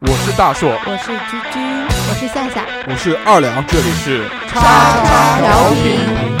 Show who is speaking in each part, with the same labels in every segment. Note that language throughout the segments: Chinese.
Speaker 1: 我是大硕，
Speaker 2: 我
Speaker 3: 哎
Speaker 2: 是居居，我是夏夏，
Speaker 1: 我是二两，这里是叉
Speaker 2: 叉调频。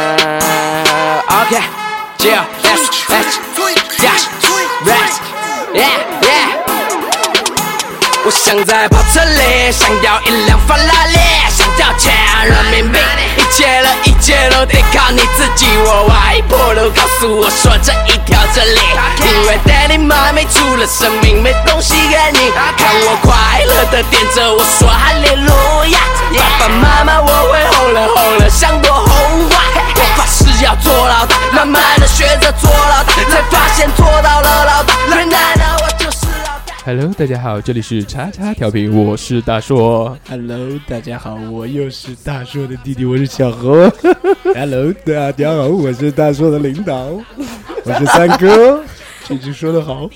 Speaker 4: Uh, okay, yeah, let's, let's, dash, let's, yeah, yeah。我想在跑车里，想要一辆法拉利，想要钱人民币，一切的一切都得靠你自己。我外婆都告诉我说这一条真理，因为 daddy 妈咪除了生命没东西给你。看我快乐的点着我说哈利路亚，爸爸妈妈我会吼了吼了，像朵红花。我发誓要做老大，慢慢的学着做老大，才发现做到了老大，原来的我就是老大。
Speaker 1: Hello，大家好，这里是叉叉调频，我是大硕。
Speaker 5: Hello，大家好，我又是大硕的弟弟，我是小 何。Hello，大家好，我是大硕的领导，我是三哥。这句说的好，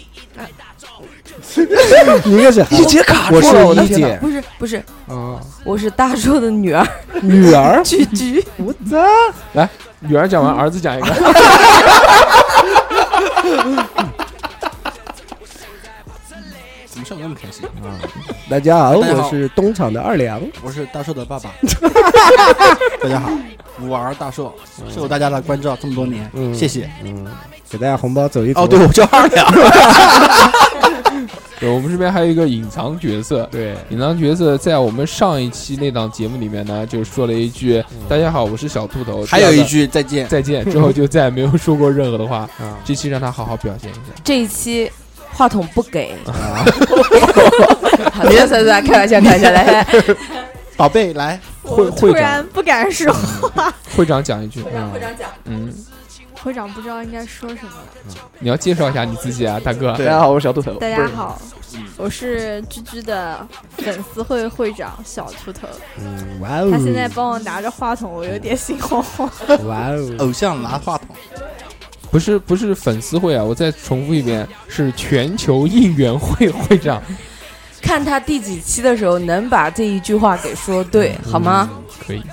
Speaker 5: 你应该是
Speaker 4: 一节卡
Speaker 5: 我
Speaker 4: 住了，
Speaker 5: 是
Speaker 4: 的
Speaker 5: 一姐
Speaker 2: 不是不是，
Speaker 5: 啊，
Speaker 2: 我是大硕的女儿
Speaker 5: 女儿，
Speaker 2: 居居，
Speaker 5: 我操，
Speaker 1: 来，女儿讲完，儿子讲一个。
Speaker 6: 怎么笑得那么开心？
Speaker 5: 大家好，
Speaker 6: 大家好
Speaker 5: 我是东厂的二良，
Speaker 6: 我是大硕的爸爸，大家好，我儿大硕，受大家的关照这么多年，
Speaker 5: 嗯
Speaker 6: 谢谢。
Speaker 5: 给大家红包走一走。
Speaker 6: 哦，对，我叫二两，
Speaker 1: 对，我们这边还有一个隐藏角色。对，隐藏角色在我们上一期那档节目里面呢，就说了一句“大家好，我是小秃头”，
Speaker 6: 嗯还有一句再见
Speaker 1: “再见”，之后就再也没有说过任何的话。
Speaker 6: 嗯
Speaker 5: 啊，
Speaker 1: 这期让他好好表现一下。
Speaker 2: 这一期话筒不给。啊 好的，算了算了，开玩笑，开玩笑， 来，
Speaker 6: 宝贝来。
Speaker 1: 会
Speaker 3: 突
Speaker 1: 会长，
Speaker 3: 然不敢说，
Speaker 2: 啊
Speaker 1: 会长讲一句。
Speaker 2: 会长讲，
Speaker 1: 嗯，
Speaker 3: 会长不知道应该说什么了。
Speaker 1: 你要介绍一下你自己啊，大哥。
Speaker 6: 对大家
Speaker 5: 好，我是小秃
Speaker 2: 嗯
Speaker 5: 头。
Speaker 3: 大家好，我是居居的粉丝会会长小秃头，
Speaker 5: 嗯，哇哦，
Speaker 3: 他现在帮我拿着话筒，我有点心慌慌。
Speaker 5: 哇哦，
Speaker 6: 偶像拿话筒，
Speaker 1: 不是不是粉丝会啊，我再重复一遍，是全球应援会会长。
Speaker 2: 看他第几期的时候能把这一句话给说对，好吗？
Speaker 1: 可以，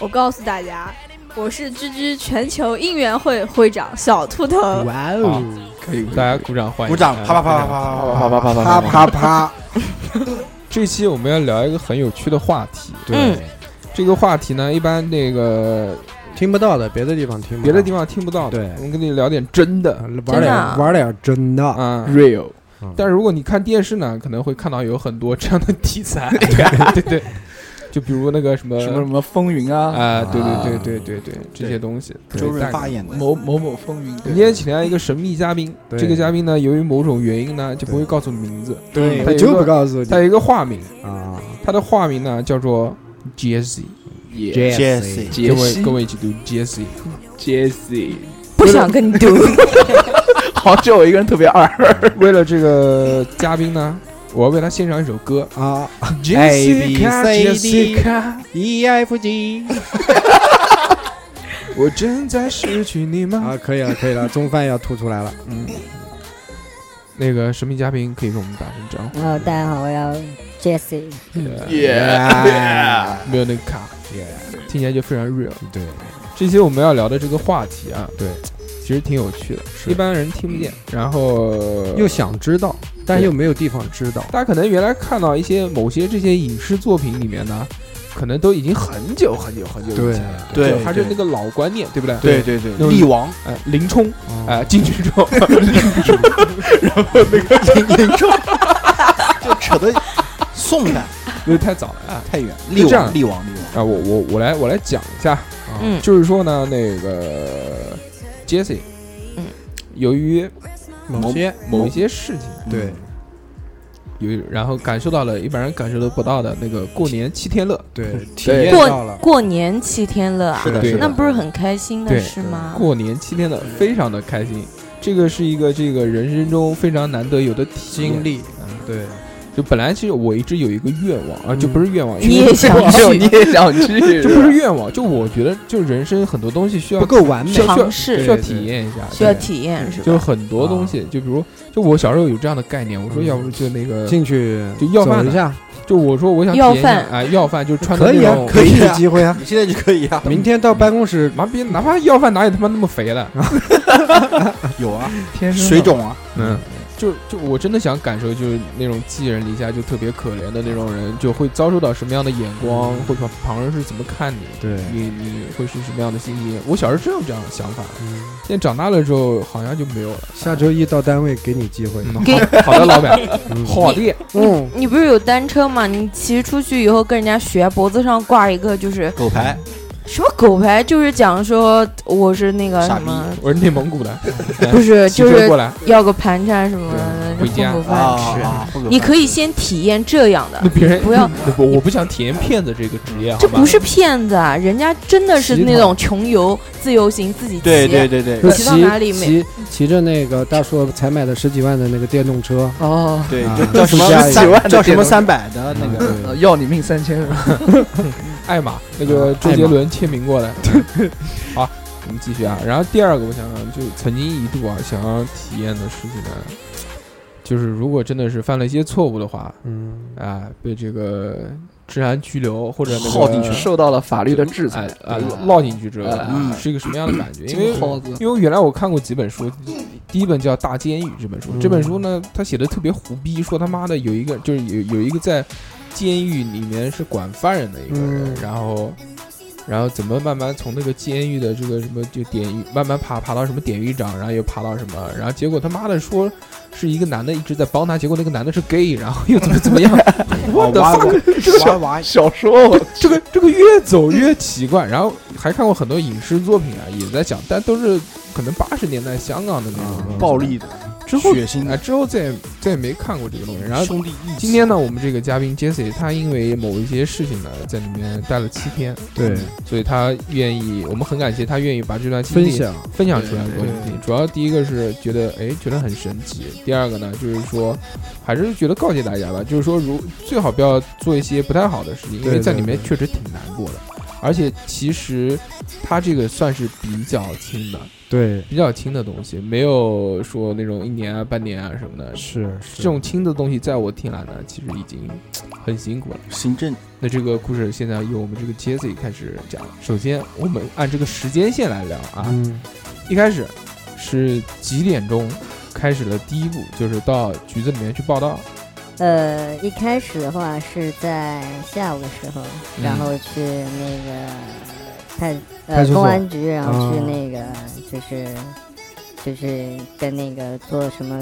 Speaker 3: 我告诉大家，我是居居全球应援会会长小秃头。
Speaker 5: 哇
Speaker 1: 好
Speaker 5: 哦，
Speaker 6: 可以，
Speaker 1: 大家鼓掌欢迎。
Speaker 6: 鼓掌，
Speaker 1: 嗯
Speaker 6: 啪啪啪啪。啪啪啪啪啪啪
Speaker 5: 啪啪啪，
Speaker 1: 这期我们要聊一个很有趣的话题。
Speaker 2: 嗯，
Speaker 1: 这个话题呢，一般那个
Speaker 5: 听不到的，别的地方听不
Speaker 1: 别
Speaker 5: 到，
Speaker 1: 的地方听不到的。
Speaker 5: 对
Speaker 1: 我们跟你聊点真的
Speaker 5: 玩
Speaker 2: 真的啊
Speaker 5: 点玩点真的
Speaker 1: 啊。
Speaker 5: real，
Speaker 1: 但是如果你看电视呢，可能会看到有很多这样的题材。对对对，就比如那个什么
Speaker 7: 什么什么风云啊，
Speaker 1: 嗯啊，对
Speaker 5: 啊
Speaker 1: 对对对对对，这些东西。对
Speaker 6: 周润
Speaker 1: 大概
Speaker 6: 发演的，
Speaker 7: 某某某风云，
Speaker 1: 我们今天请来一个神秘嘉宾，
Speaker 5: 对
Speaker 1: 这个嘉宾呢，由于某种原因呢，就不会告诉名字，
Speaker 5: 对
Speaker 1: 他
Speaker 5: 我
Speaker 1: 有
Speaker 5: 就
Speaker 1: 一个
Speaker 5: 不告诉你
Speaker 1: 他有一个化名，
Speaker 5: 啊。
Speaker 1: 他的化名呢叫做 Jesse，
Speaker 7: 杰
Speaker 5: Jesse，
Speaker 7: 杰
Speaker 1: 各位
Speaker 7: 西
Speaker 1: 各位一起读 Jesse，
Speaker 7: 杰西，
Speaker 2: 不想跟你 读，
Speaker 7: 好，只有我一个人特别二，
Speaker 1: 为了这个嘉宾呢，我要为他献上一首歌。
Speaker 5: 啊
Speaker 1: Jessica,
Speaker 5: A, B, C, D
Speaker 1: Jessica，
Speaker 5: ，E F G
Speaker 1: 我正在失去你吗？
Speaker 5: 啊，可以了，可以了，中饭要吐出来了。
Speaker 1: 嗯，那个神秘嘉宾可以跟我们打声招
Speaker 8: 然后呃大家好，我叫 Jesse，
Speaker 5: 嗯
Speaker 1: 呼。
Speaker 5: Yeah，
Speaker 1: 没有那个卡，听起来就非常 real。
Speaker 5: 对
Speaker 1: 这期我们要聊的这个话题啊，
Speaker 5: 对，
Speaker 1: 其实挺有趣的，一般人听不见。然后
Speaker 5: 又想知道，但又没有地方知道。
Speaker 1: 大家可能原来看到一些某些这些影视作品里面呢，可能都已经很久很久很久以前了，
Speaker 6: 对
Speaker 1: 就还是那个老观念，对不对？
Speaker 6: 对对对
Speaker 1: 那种
Speaker 6: 力王，
Speaker 1: 呃，林冲，
Speaker 5: 啊，
Speaker 1: 哎，进去之后，
Speaker 6: 就扯得宋代
Speaker 1: 因为太早了啊。
Speaker 6: 太远，
Speaker 1: 就
Speaker 6: 力
Speaker 1: 这样
Speaker 6: 王，力王，力王，
Speaker 1: 啊，我我我来我来讲一下，啊
Speaker 2: 嗯
Speaker 1: 就是说呢，那个 Jesse，
Speaker 2: 嗯，
Speaker 1: 由于
Speaker 5: 某些
Speaker 1: 某一些事情，
Speaker 6: 嗯
Speaker 5: 对
Speaker 1: 有然后感受到了一般人感受都不到的那个过年七天乐，
Speaker 5: 对，体
Speaker 1: 对
Speaker 5: 验到
Speaker 2: 过
Speaker 5: 了，
Speaker 2: 过年七天乐啊，
Speaker 5: 是的，
Speaker 1: 对
Speaker 5: 是
Speaker 2: 那
Speaker 5: 的，
Speaker 2: 不是很开心的
Speaker 1: 对
Speaker 2: 事吗？
Speaker 1: 过年七天乐非常的开心，这个是一个这个人生中非常难得有的体验
Speaker 6: 经。历，
Speaker 1: 对，就本来其实我一直有一个愿望啊，就不是愿望，
Speaker 2: 你也想
Speaker 4: 没有，你
Speaker 2: 去
Speaker 4: 也想去？
Speaker 1: 这不是愿望，就我觉得就人生很多东西需要
Speaker 6: 不够完美
Speaker 1: 需，要需
Speaker 2: 尝
Speaker 1: 要
Speaker 2: 试，
Speaker 1: 需要体验一下，
Speaker 2: 需要
Speaker 1: 对
Speaker 2: 体验是吧？
Speaker 1: 就很多东西，就比如就我小时候有这样的概念，我说
Speaker 6: 啊嗯
Speaker 1: 要不就那个
Speaker 6: 进去
Speaker 1: 就要饭
Speaker 6: 走
Speaker 1: 的
Speaker 6: 一下，
Speaker 1: 就我说我想体
Speaker 2: 要
Speaker 1: 验一下
Speaker 2: 饭
Speaker 1: 哎要饭就穿着
Speaker 6: 可以
Speaker 1: 那
Speaker 6: 啊
Speaker 1: 种，
Speaker 6: 可以有
Speaker 1: 啊，
Speaker 6: 机会啊。
Speaker 9: 你现在就可以 啊，
Speaker 6: 明天到办公室
Speaker 1: 妈逼，哪怕要饭哪有他妈那么肥了，
Speaker 6: 有啊，
Speaker 1: 天生的
Speaker 6: 水肿啊，
Speaker 1: 嗯，就就我真的想感受，就是那种寄人篱下就特别可怜的那种人，就会遭受到什么样的眼光，
Speaker 6: 嗯
Speaker 1: 或者旁人是怎么看你，
Speaker 6: 对
Speaker 1: 你你会是什么样的心情？我小时候真有这样的想法，现在长大了之后好像就没有了。
Speaker 6: 下周一到单位给你机会，
Speaker 1: 嗯
Speaker 2: 给
Speaker 1: 好好的，老板，
Speaker 6: 嗯
Speaker 1: 好啊的，
Speaker 6: 嗯，
Speaker 2: 你不是有单车吗？你骑出去以后跟人家学，脖子上挂一个就是
Speaker 9: 狗牌，
Speaker 2: 什么狗牌，就是讲说我是那个
Speaker 9: 傻
Speaker 2: 什
Speaker 9: 逼
Speaker 2: 么，
Speaker 1: 我是内蒙古的，
Speaker 2: 不是
Speaker 1: 骑
Speaker 2: 呃就
Speaker 1: 车
Speaker 2: 是
Speaker 1: 过来，
Speaker 2: 要个盘缠什么的，
Speaker 1: 对回家
Speaker 2: 混口
Speaker 9: 啊
Speaker 2: 饭吃。
Speaker 9: 啊，会不会
Speaker 2: 你可以先体验这样的
Speaker 1: 那，别人
Speaker 2: 不 要，
Speaker 1: 不，我不想体验骗子这个职业，
Speaker 2: 这
Speaker 1: 好吧
Speaker 2: 不是骗子啊，人家真的是
Speaker 1: 乞讨
Speaker 2: 那种穷游自由行自己骑。
Speaker 9: 对对对对
Speaker 6: 就
Speaker 2: 骑到
Speaker 6: 骑
Speaker 2: 哪里没
Speaker 6: 骑骑着那个大硕才买的十几万的那个电动车，
Speaker 4: 哦，
Speaker 9: 对，
Speaker 6: 啊
Speaker 9: 就叫什么
Speaker 6: 附加一个
Speaker 9: 三
Speaker 4: 万的
Speaker 6: 叫什么
Speaker 4: 电动车
Speaker 6: 三百的那
Speaker 5: 嗯
Speaker 6: 个，
Speaker 4: 呃要你命三千是吧？
Speaker 1: 艾玛那个周杰伦签名过来。好，我们继续啊。然后第二个，我想想，就曾经一度啊想要体验的事情呢，就是如果真的是犯了一些错误的话，
Speaker 6: 嗯，
Speaker 1: 啊，被这个治安拘留或者那个
Speaker 9: 耗进去
Speaker 4: 受到了法律的制
Speaker 1: 哎
Speaker 4: 裁。
Speaker 1: 啊落进去之后，
Speaker 4: 嗯
Speaker 1: 是一个什么样的感 觉？因为
Speaker 4: 金耗子
Speaker 1: 因为原来我看过几本书，第一本叫《大监狱》这本书，
Speaker 6: 嗯
Speaker 1: 这本书呢，他写的特别胡逼，说他妈的有一个就是有有一个在监狱里面是管犯人的一个人，
Speaker 6: 嗯
Speaker 1: 然后。然后怎么慢慢从那个监狱的这个什么就典狱慢慢爬爬到什么典狱长，然后又爬到什么，然后结果他妈的说是一个男的一直在帮他，结果那个男的是 gay，然后又怎么怎 么样，我的
Speaker 6: 哇
Speaker 1: fuck，
Speaker 6: 哇哇，
Speaker 4: 小说我
Speaker 1: 这个这个越走越奇怪，然后还看过很多影视作品啊，也在讲，但都是可能八十年代香港的那
Speaker 6: 啊
Speaker 1: 种东西
Speaker 9: 暴力的
Speaker 1: 之后
Speaker 9: 血腥
Speaker 1: 啊，
Speaker 9: 的
Speaker 1: 之后再也再也没看过这个东西。然后
Speaker 9: 兄弟义气，
Speaker 1: 今天呢，我们这个嘉宾 Jesse 他因为某一些事情呢，在里面待了七天，
Speaker 6: 对，
Speaker 1: 所以他愿意，我们很感谢他愿意把这段经
Speaker 6: 分
Speaker 1: 历
Speaker 6: 享，
Speaker 1: 分享出来给我
Speaker 6: 对
Speaker 1: 们听。主要第一个是觉得哎觉得很神奇，第二个呢就是说还是觉得告诫大家吧，就是说如最好不要做一些不太好的事情，因为
Speaker 6: 对
Speaker 1: 在
Speaker 6: 对
Speaker 1: 里面
Speaker 6: 对
Speaker 1: 确实挺难过的。而且其实它这个算是比较轻的，
Speaker 6: 对，
Speaker 1: 比较轻的东西，没有说那种一年啊、半年啊什么的。
Speaker 6: 是是
Speaker 1: 这种轻的东西，在我听来呢，其实已经嘖很辛苦了。
Speaker 9: 行政
Speaker 1: 那这个故事现在由我们这个 Jesse 开始讲。首先，我们按这个时间线来聊啊，
Speaker 6: 嗯，
Speaker 1: 一开始是几点钟开始了第一步，就是到局子里面去报道。
Speaker 8: 呃，一开始的话是在下午的时候，然后去那个派
Speaker 6: 派
Speaker 8: 呃
Speaker 6: 出所
Speaker 8: 公安局，然后去
Speaker 6: 啊
Speaker 8: 那个、就是就是跟那个做什么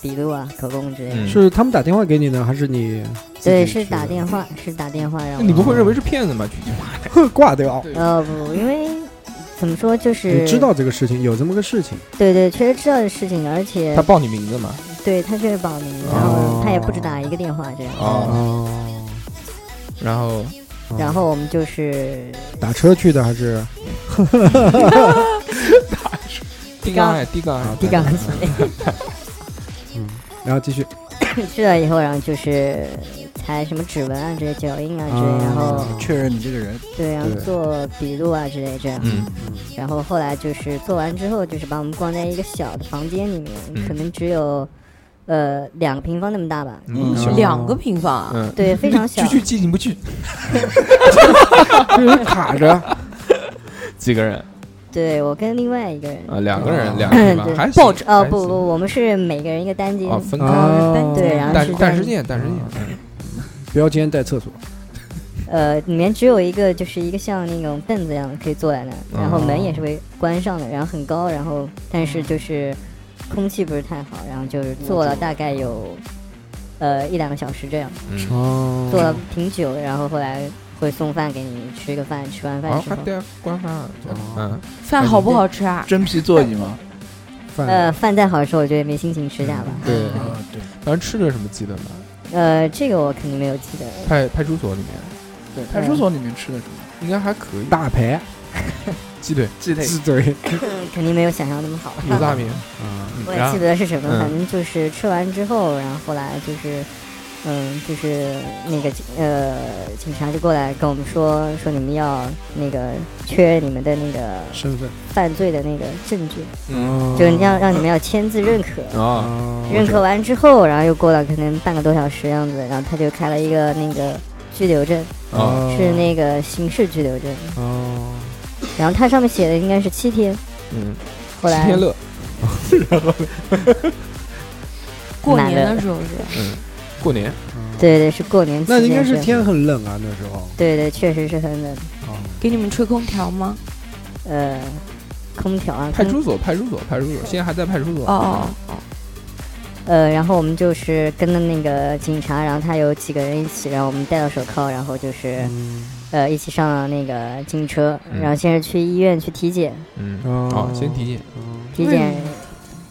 Speaker 8: 笔录啊、口供之类的。
Speaker 1: 嗯
Speaker 6: 是他们打电话给你呢，还是你自己
Speaker 8: 对，
Speaker 6: 去
Speaker 8: 是打
Speaker 6: 的
Speaker 8: 电话，是打电话让
Speaker 1: 你
Speaker 8: 我。
Speaker 1: 不会认为是骗子吧？去
Speaker 6: 挂掉？
Speaker 8: 呃不，因为怎么说就是
Speaker 6: 你知道这个事情有这么个事情，
Speaker 8: 对对，确实知道的事情，而且
Speaker 1: 他报你名字嘛？
Speaker 8: 对他确实报名，然
Speaker 6: 哦
Speaker 8: 后他也不止打一个电话这样。
Speaker 1: 哦，
Speaker 6: 哦，
Speaker 1: 然后
Speaker 6: 哦
Speaker 8: 然后我们就是
Speaker 6: 打车去的还是
Speaker 1: 地杠哎，地杠哎，
Speaker 8: 地杠机，
Speaker 6: 然后继续
Speaker 8: 去了以后，然后就是采什么指纹啊这些、脚印啊之类，然后
Speaker 6: 啊
Speaker 9: 确认你这个人，
Speaker 8: 对，然后
Speaker 6: 对
Speaker 8: 做笔录啊之类这样。
Speaker 1: 嗯
Speaker 8: 然后后来就是做完之后，就是把我们关在一个小的房间里面，
Speaker 1: 嗯
Speaker 8: 可能只有呃两个平方那么大吧。
Speaker 1: 嗯，行
Speaker 6: 嗯
Speaker 2: 两个平方啊，
Speaker 1: 嗯，
Speaker 8: 对，非常小
Speaker 1: 去。去去，你不去，
Speaker 6: 卡着，
Speaker 1: 几个人
Speaker 8: 对我跟另外一个人，
Speaker 1: 啊？两个人，
Speaker 6: 啊
Speaker 1: 两个 人吧
Speaker 8: 对
Speaker 1: 还
Speaker 8: 抱
Speaker 1: 行
Speaker 8: 着哦
Speaker 1: 还
Speaker 8: 不
Speaker 1: 行
Speaker 8: 不，我们是每个人一个单间
Speaker 1: 啊，，分开，
Speaker 6: 啊
Speaker 8: 对，然后
Speaker 1: 嗯但
Speaker 8: 是这
Speaker 1: 但
Speaker 8: 样
Speaker 1: 是间，但是间，嗯
Speaker 6: 标间带厕所，
Speaker 8: 呃，里面只有一个，就是一个像那种凳子一样可以坐在那儿，然后门也是会关上的，然后很高，然后但是就是空气不是太好，然后就是坐了大概有呃一两个小时这样，
Speaker 6: 哦
Speaker 8: 坐了挺久的，然后后来会送饭给你吃个饭，吃完
Speaker 1: 好，
Speaker 8: 饭之
Speaker 1: 哦还
Speaker 8: 后，
Speaker 1: 带官方，嗯，
Speaker 2: 饭好不好吃啊？
Speaker 4: 真皮座椅吗？
Speaker 6: 饭
Speaker 8: 呃，饭再好的时候我觉得没心情吃下吧，
Speaker 1: 对，
Speaker 9: 啊对，
Speaker 1: 当时吃的什么记得吗？
Speaker 8: 呃，这个我肯定没有记得，
Speaker 1: 派派出所里面
Speaker 4: 对，派出所里面吃的什么？
Speaker 1: 应该还可以，
Speaker 6: 大排，
Speaker 1: 鸡腿、
Speaker 4: 鸡腿
Speaker 5: 鸡腿，
Speaker 8: 肯定没有想象那么好。
Speaker 1: 油炸面，
Speaker 8: 我
Speaker 1: 然
Speaker 8: 也
Speaker 1: 后
Speaker 8: 记不得是什么，
Speaker 1: 嗯
Speaker 8: 反正就是吃完之后，然后后来就是，嗯，就是那个呃，警察就过来跟我们说，说你们要那个确认你们的那个
Speaker 5: 身份
Speaker 8: 犯罪的那个证据，
Speaker 1: 嗯
Speaker 8: 就是让让你们要签字认可。
Speaker 1: 啊，
Speaker 5: 啊
Speaker 8: 认可完之后，然后又过了可能半个多小时样子，然后他就开了一个那个拘留证，
Speaker 1: 哦
Speaker 8: 是那个刑事拘留证，
Speaker 1: 哦，
Speaker 8: 然后它上面写的应该是七天，
Speaker 1: 嗯，
Speaker 8: 后来
Speaker 1: 七天乐，
Speaker 2: 过
Speaker 8: 买
Speaker 2: 年
Speaker 8: 了
Speaker 2: 的时候是吧？
Speaker 1: 过年
Speaker 8: 嗯对对是过年期
Speaker 5: 那
Speaker 8: 间
Speaker 5: 应该
Speaker 8: 是
Speaker 5: 是天很冷啊，那时候
Speaker 8: 对对，确实是很冷。
Speaker 2: 给你们吹空调吗？
Speaker 8: 呃，空调啊，
Speaker 1: 派
Speaker 8: 空
Speaker 1: 出所，派出所，派出所，现在还在派出所。
Speaker 2: 哦哦哦，
Speaker 8: 呃，然后我们就是跟着那个警察，然后他有几个人一起，然后我们戴了手铐，然后就是、呃一起上了那个警车，
Speaker 1: 嗯
Speaker 8: 然后先是去医院去体检，
Speaker 1: 嗯，
Speaker 5: 哦
Speaker 1: 哦，先体检，
Speaker 8: 体检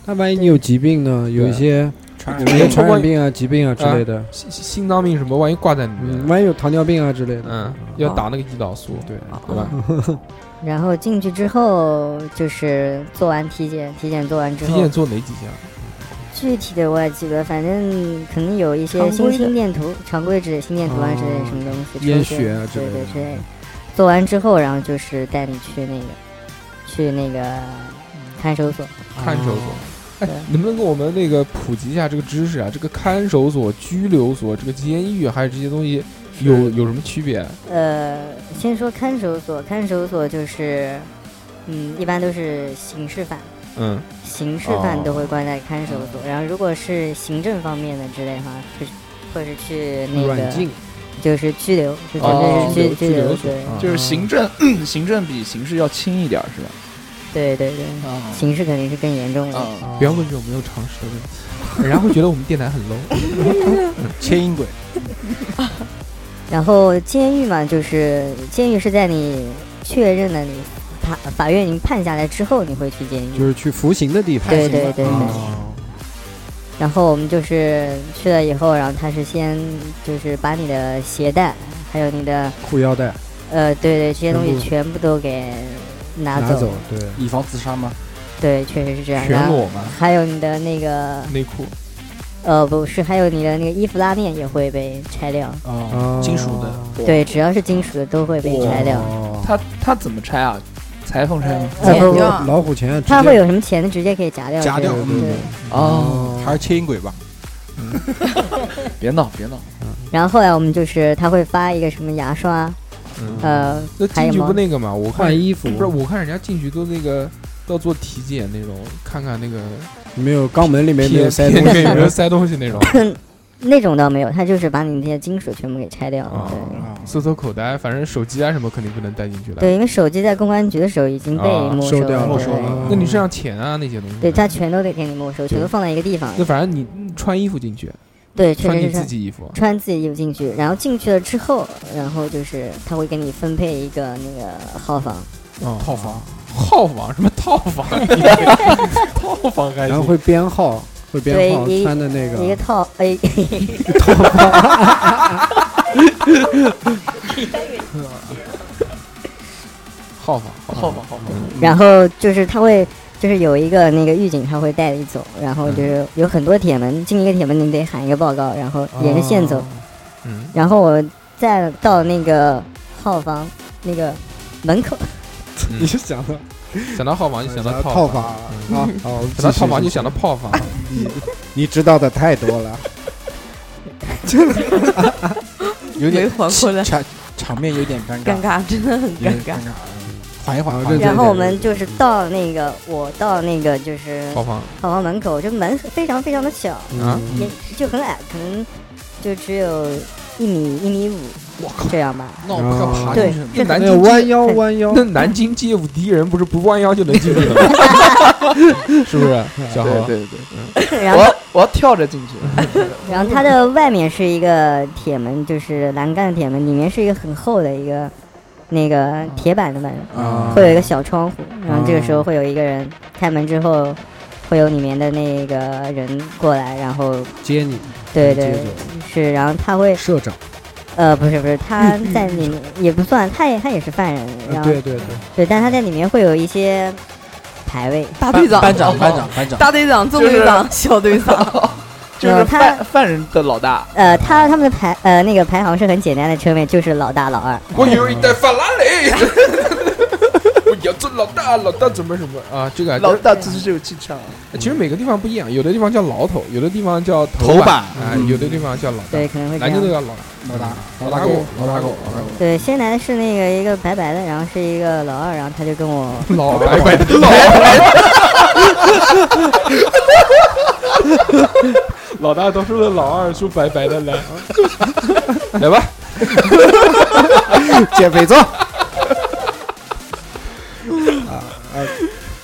Speaker 5: 那万一你有疾病呢？有一些
Speaker 6: 传
Speaker 5: 有
Speaker 6: 染
Speaker 5: 一
Speaker 6: 病
Speaker 5: 些传染病啊、疾病啊之类的，
Speaker 1: 心心心脏病什么，万一挂在里
Speaker 5: 嗯，
Speaker 1: 面，
Speaker 5: 万一有糖尿病啊之类的，
Speaker 1: 嗯，要打那个胰岛素，
Speaker 5: 对，
Speaker 1: 对吧？
Speaker 8: 然后进去之后就是做完体检，体检做完之
Speaker 1: 体
Speaker 8: 后
Speaker 1: 检，做哪几项？
Speaker 8: 具体的我也记不得，反正可能有一
Speaker 2: 常
Speaker 8: 些
Speaker 2: 规
Speaker 8: 心
Speaker 2: 的
Speaker 8: 心电图、常规之类、心电图啊之类的什么东西，
Speaker 5: 验
Speaker 8: 抽血
Speaker 5: 血啊之
Speaker 8: 对
Speaker 5: 类
Speaker 8: 对
Speaker 5: 的，
Speaker 8: 之类的。做完之后，然后就是带你去那个，去那个看守所。
Speaker 1: 看守所。哎
Speaker 8: 嗯对，
Speaker 1: 能不能给我们那个普及一下这个知识啊？这个看守所、拘留所、这个监狱，还有这些东西有有什么区别？啊
Speaker 8: 呃，先说看守所，看守所就是，嗯，一般都是刑事犯，
Speaker 1: 嗯，
Speaker 8: 刑事
Speaker 1: 哦
Speaker 8: 犯都会关在看守所。然后如果是行政方面的之类哈，就是或是去那
Speaker 5: 软
Speaker 8: 个
Speaker 5: 禁，
Speaker 8: 就是拘留，就绝
Speaker 4: 哦
Speaker 8: 对是
Speaker 1: 拘
Speaker 8: 拘
Speaker 1: 留
Speaker 8: 留
Speaker 1: 拘留所
Speaker 8: 对
Speaker 1: 啊
Speaker 4: 就是行政 行政比刑事要轻一点儿是吧？
Speaker 8: 对对对，
Speaker 4: 啊
Speaker 8: 刑事肯定是更严重的。
Speaker 4: 啊，
Speaker 1: 不要问这种没有常识的问题， 然后觉得我们电台很 low。
Speaker 6: 切音轨，
Speaker 8: 然后监狱嘛，就是监狱是在你确认了你法法院已经判下来之后，你会去监狱。
Speaker 5: 就是去服刑的地方。
Speaker 8: 对对对对。
Speaker 5: 哦
Speaker 8: 然后我们就是去了以后，然后他是先就是把你的鞋带，还有你的
Speaker 5: 裤腰带
Speaker 8: 呃，对对，这些东西全部都给拿
Speaker 5: 拿
Speaker 8: 走。
Speaker 5: 走，对，
Speaker 6: 以防自杀吗？
Speaker 8: 对，确实是这样。
Speaker 1: 全
Speaker 8: 然后
Speaker 1: 裸 吗？
Speaker 8: 还有你的那个
Speaker 1: 内裤？
Speaker 8: 呃，不是，还有你的那个衣服拉链也会被拆掉。
Speaker 6: 哦，
Speaker 5: 哦
Speaker 6: 金属的，
Speaker 8: 对，只要是金属的都会被拆掉。
Speaker 5: 哦
Speaker 4: 他他怎么拆啊？裁缝拆吗？
Speaker 8: 呃
Speaker 2: 剪
Speaker 8: 不
Speaker 2: 掉
Speaker 8: 不，
Speaker 2: 啊
Speaker 5: 老虎钳，
Speaker 8: 它会有什么钳子直接可以夹掉？
Speaker 6: 夹掉
Speaker 8: 对
Speaker 6: 嗯
Speaker 8: 对。
Speaker 4: 哦，
Speaker 6: 还是切音轨吧。
Speaker 4: 嗯别闹别闹，
Speaker 8: 然后后来我们就是他会发一个什么牙刷，
Speaker 1: 嗯，
Speaker 8: 呃
Speaker 1: 那，
Speaker 8: 还
Speaker 1: 进
Speaker 8: 有
Speaker 1: 去不
Speaker 8: 毛
Speaker 1: 那个嘛？我看
Speaker 5: 换衣服，
Speaker 1: 不是，我看人家进去都那个要做体检那种，看看那个
Speaker 5: 没有肛门里面没有
Speaker 1: 片
Speaker 5: 塞
Speaker 1: 片
Speaker 5: 东西
Speaker 1: 片 有没有塞东西那种，
Speaker 8: 那种倒没有，他就是把你那些金属全部给拆掉。
Speaker 1: 哦
Speaker 8: 对
Speaker 1: 搜搜口袋，反正手机啊什么肯定不能带进去了。
Speaker 8: 对，因为手机在公安局的时候已经被
Speaker 1: 啊
Speaker 8: 没
Speaker 5: 收掉了
Speaker 8: 了，
Speaker 6: 没收
Speaker 8: 对
Speaker 6: 了
Speaker 1: 那你身上钱啊那些东西呢？
Speaker 8: 对，他全都得给你没收，全
Speaker 1: 对
Speaker 8: 都放在一个地方。
Speaker 1: 那反正你嗯穿衣服进去，
Speaker 8: 对，确
Speaker 1: 穿你
Speaker 8: 实是
Speaker 1: 自
Speaker 8: 穿
Speaker 1: 己衣服，
Speaker 8: 穿自己衣服进去，然后进去了之后，然后就是他会给你分配一个那个号房，
Speaker 1: 哦
Speaker 6: 套房，
Speaker 1: 套房什么套房？套房还
Speaker 5: 然
Speaker 1: 行。
Speaker 5: 后会编号，会编号
Speaker 8: 对一
Speaker 5: 穿的那
Speaker 8: 一个
Speaker 5: 个
Speaker 8: 套哎，
Speaker 1: 嗯号房，
Speaker 4: 好吧好吧，
Speaker 8: 然后就是他会。就是有一个那个狱警，他会带你走，然后
Speaker 1: 嗯
Speaker 8: 就是有很多铁门，进一个铁门你得喊一个报告，然后
Speaker 5: 啊
Speaker 8: 沿着线走，
Speaker 1: 嗯，
Speaker 8: 然后我再到那个号房那个门口，
Speaker 5: 你是想到
Speaker 1: 想到号房嗯就想到
Speaker 5: 套
Speaker 1: 房，
Speaker 5: 法
Speaker 1: 嗯
Speaker 5: 啊？哦，
Speaker 1: 想到套房就
Speaker 5: 继续
Speaker 1: 想到炮房。
Speaker 5: 你你知道的太多了，
Speaker 6: 有
Speaker 2: 没
Speaker 6: 点
Speaker 2: 缓过来，
Speaker 6: 场场面有点尴
Speaker 2: 尴尬，真的很
Speaker 6: 有点
Speaker 2: 尴 尬。
Speaker 6: 尬，缓一缓，
Speaker 5: 啊
Speaker 6: 缓一
Speaker 5: 对
Speaker 6: 缓
Speaker 8: 然后我们就是到那个我到那个就是
Speaker 5: 哦
Speaker 1: 炮房
Speaker 8: 好房门口，就门非常非常的小，
Speaker 1: 啊，
Speaker 5: 嗯
Speaker 8: 也就很矮，可能就只有一米一米五这样 吧。
Speaker 6: 那我们要爬
Speaker 8: 对
Speaker 6: 进去吗，
Speaker 1: 那南
Speaker 5: 没有
Speaker 1: 京
Speaker 5: 弯
Speaker 1: 街
Speaker 5: 腰弯腰
Speaker 1: 那，南京街舞敌人不是不弯腰就能进去的吗？ 是不 是？小
Speaker 4: 嗯对
Speaker 1: 何，
Speaker 4: 对对，
Speaker 8: 然
Speaker 4: 我
Speaker 8: 后
Speaker 4: 要我要跳着进 去，
Speaker 8: 然后它的外面是一个铁门，就是栏杆的铁门，里面是一个很厚的一个那
Speaker 5: 哦
Speaker 8: 个铁板的门，
Speaker 5: 啊
Speaker 8: 会有一个小窗户，然后这个时候
Speaker 5: 哦
Speaker 8: 会有一个人开门之后。会有里面的那个人过来，然后
Speaker 5: 接你，
Speaker 8: 对
Speaker 5: 接
Speaker 8: 对
Speaker 5: 走
Speaker 8: 是，然后他会
Speaker 5: 社长
Speaker 8: 呃，不是不是，他在里面也不算，他也他也是犯人，然
Speaker 5: 呃
Speaker 8: 后
Speaker 5: 对对对，
Speaker 8: 对，但他在里面会有一些排位，
Speaker 2: 大队长、
Speaker 6: 班长，班长，班长，
Speaker 2: 大队长、中队长、小队长，
Speaker 4: 就是
Speaker 8: 呃他
Speaker 4: 犯犯人的老大，
Speaker 8: 呃，他他们的排呃那个排行是很简单的车位，就是老大老二，
Speaker 1: 我有一台法拉利， 我要做老大，老大怎么什么啊？这个啊
Speaker 4: 老大就是这种气场。
Speaker 1: 其实每个地方不一样，有的地方叫老头，有的地方叫
Speaker 6: 头
Speaker 1: 板，
Speaker 6: 板
Speaker 1: 啊，有的地方叫老大。
Speaker 8: 对，可能会这
Speaker 1: 南京都
Speaker 8: 样。
Speaker 1: 叫老大，
Speaker 6: 老大，老大狗，老大狗，
Speaker 8: 对，先来的是那个一个白白的，然后是一个老二，然后他就跟我，
Speaker 1: 老白白的，老老 大都说了老二，说白白的 来，来吧，
Speaker 6: 减肥皂，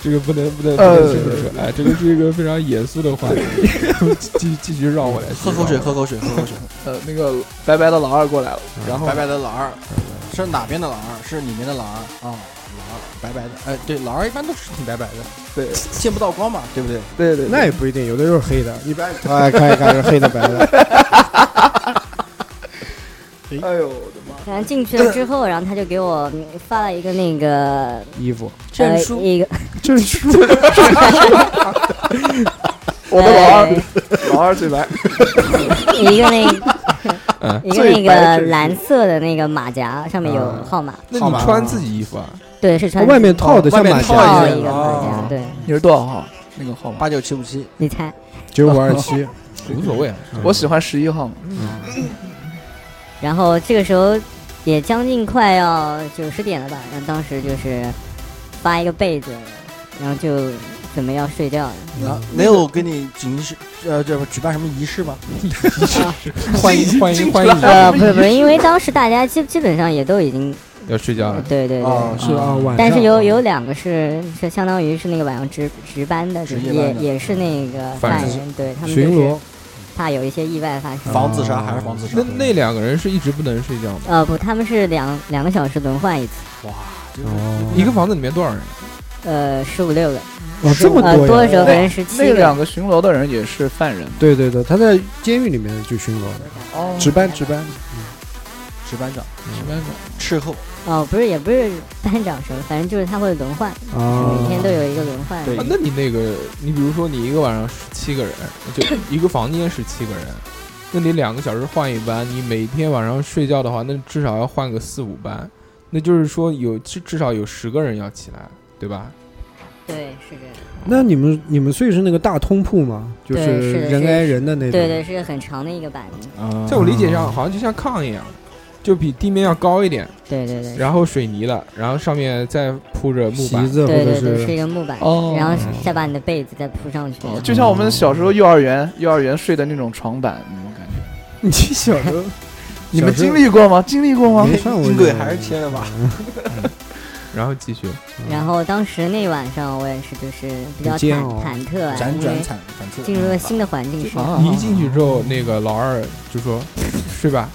Speaker 1: 这个不能不能不
Speaker 4: 呃
Speaker 1: 能这么说，哎，这个是一个非常严肃的 话题，继继续绕回来，
Speaker 6: 喝口水，喝口水，喝口水。
Speaker 4: 呃，那个白白的老二过来了，
Speaker 1: 然后
Speaker 6: 嗯白白的老二是哪边的老二？是里面的老二啊，老二白白的。哎，对，老二一般都是挺白白的，
Speaker 4: 对
Speaker 6: 见不到光嘛，对不对？
Speaker 4: 对对，
Speaker 5: 那也不一定，有的就是黑的，一般哎，看一看是黑的白的，
Speaker 4: 哎呦我的妈！
Speaker 8: 然后进去了之后，然后他就给我嗯发了一个那个
Speaker 5: 衣 服
Speaker 2: 证
Speaker 8: 呃
Speaker 2: 书
Speaker 8: 一个
Speaker 5: 证 书，
Speaker 4: 我的老二，老二最白，啊
Speaker 8: 哎 一个那
Speaker 1: 嗯
Speaker 8: 一个那
Speaker 4: 最白
Speaker 8: 个
Speaker 4: 的啊
Speaker 8: 蓝色的那个马甲，上面有
Speaker 1: 嗯
Speaker 8: 号码，
Speaker 1: 那
Speaker 6: 好
Speaker 1: 你
Speaker 6: 吧
Speaker 1: 穿自己衣服啊？
Speaker 8: 对，是穿
Speaker 5: 哦外面套的像马
Speaker 8: 套
Speaker 5: 甲
Speaker 8: 一个马
Speaker 6: 哦
Speaker 8: 甲，对，
Speaker 4: 你是多少号？那个号码？
Speaker 6: 八九七五七，
Speaker 8: 你猜，
Speaker 5: 九五二七，
Speaker 1: 无所 谓，啊
Speaker 4: 我喜欢十一号嘛。
Speaker 8: 然后这个时候也将近快要九十点了吧，然后当时就是发一个被子，然后就准备要睡觉了，
Speaker 6: 啊没有给你警示，呃，这不举办什么仪式吗？
Speaker 1: 欢迎欢迎欢迎，
Speaker 4: 哎
Speaker 8: 呃，不是不是，因为当时大家基基本上也都已经，
Speaker 1: 要睡觉了。
Speaker 8: 对对对。
Speaker 4: 哦
Speaker 6: 啊，
Speaker 5: 是啊，晚上
Speaker 8: 但是有有两个是是相当于是那个晚上值值班的，就
Speaker 6: 值夜
Speaker 8: 是
Speaker 6: 班
Speaker 8: 也
Speaker 6: 的
Speaker 8: 也是那个
Speaker 1: 犯
Speaker 8: 犯
Speaker 1: 人
Speaker 8: 人，对他们
Speaker 5: 巡
Speaker 8: 就是
Speaker 5: 逻，啊
Speaker 8: 怕有一些意外发生。
Speaker 6: 防自杀还是防自杀
Speaker 1: 那？那两个人是一直不能睡觉吗？
Speaker 8: 呃，不，他们是两两个小时轮换一次，
Speaker 1: 一个房子里面多少人？啊
Speaker 8: 呃，十五六个，
Speaker 5: 哦这么
Speaker 8: 呃，多
Speaker 5: 多
Speaker 8: 的
Speaker 5: 呀
Speaker 8: 时候可能十
Speaker 4: 那
Speaker 8: 七
Speaker 4: 两个巡逻的人也是犯人。
Speaker 5: 对对对，他在监狱里面就巡逻的，
Speaker 4: 哦
Speaker 5: 值班值班，
Speaker 6: 嗯值班长、
Speaker 1: 值班长。
Speaker 6: 斥候，
Speaker 8: 哦，不是，也不是班长什么，反正就是他会轮换，
Speaker 5: 啊，
Speaker 8: 每天都有一个轮换。
Speaker 6: 对
Speaker 1: 啊，那你那个，你比如说你一个晚上十七个人，就一个房间十七个人，那你两个小时换一班，你每天晚上睡觉的话，那至少要换个四五班，那就是说有至至少有十个人要起来，对吧？
Speaker 8: 对，是这样。
Speaker 5: 那你们你们睡是那个大通铺吗？就
Speaker 8: 对
Speaker 5: 是
Speaker 8: 是的
Speaker 5: 人
Speaker 8: 是的
Speaker 5: 挨人的那种。
Speaker 8: 对对，是个很长的一个板子。
Speaker 1: 在我理解上，好像就像炕一样，就比地面要高一点，
Speaker 8: 对对对，
Speaker 1: 然后水泥了，然后上面再铺着木
Speaker 5: 席
Speaker 1: 板。
Speaker 5: 子或
Speaker 8: 对
Speaker 5: 者
Speaker 8: 对对，
Speaker 5: 是
Speaker 8: 是一个木板，
Speaker 4: 哦
Speaker 8: 然后再把你的被子再铺上去。
Speaker 4: 就像我们小时候幼儿园幼儿园睡的那种床板那种感觉。
Speaker 5: 你 小时候，
Speaker 4: 你们
Speaker 5: 小时候
Speaker 4: 经历过吗？经历过吗？
Speaker 5: 没上过
Speaker 6: 金
Speaker 5: 那
Speaker 6: 贵
Speaker 5: 个
Speaker 6: 还是切的吧？
Speaker 1: 然后继续，
Speaker 8: 然后当时那晚上我也是，就是比较
Speaker 5: 很煎
Speaker 8: 忐
Speaker 5: 熬
Speaker 8: 忐忑啊，
Speaker 6: 辗
Speaker 8: 因
Speaker 6: 转哦
Speaker 8: 为
Speaker 6: 反反侧，
Speaker 8: 进入了新的环境时哦候。
Speaker 4: 啊
Speaker 1: 你一进去之后，那个老二就说：“睡吧。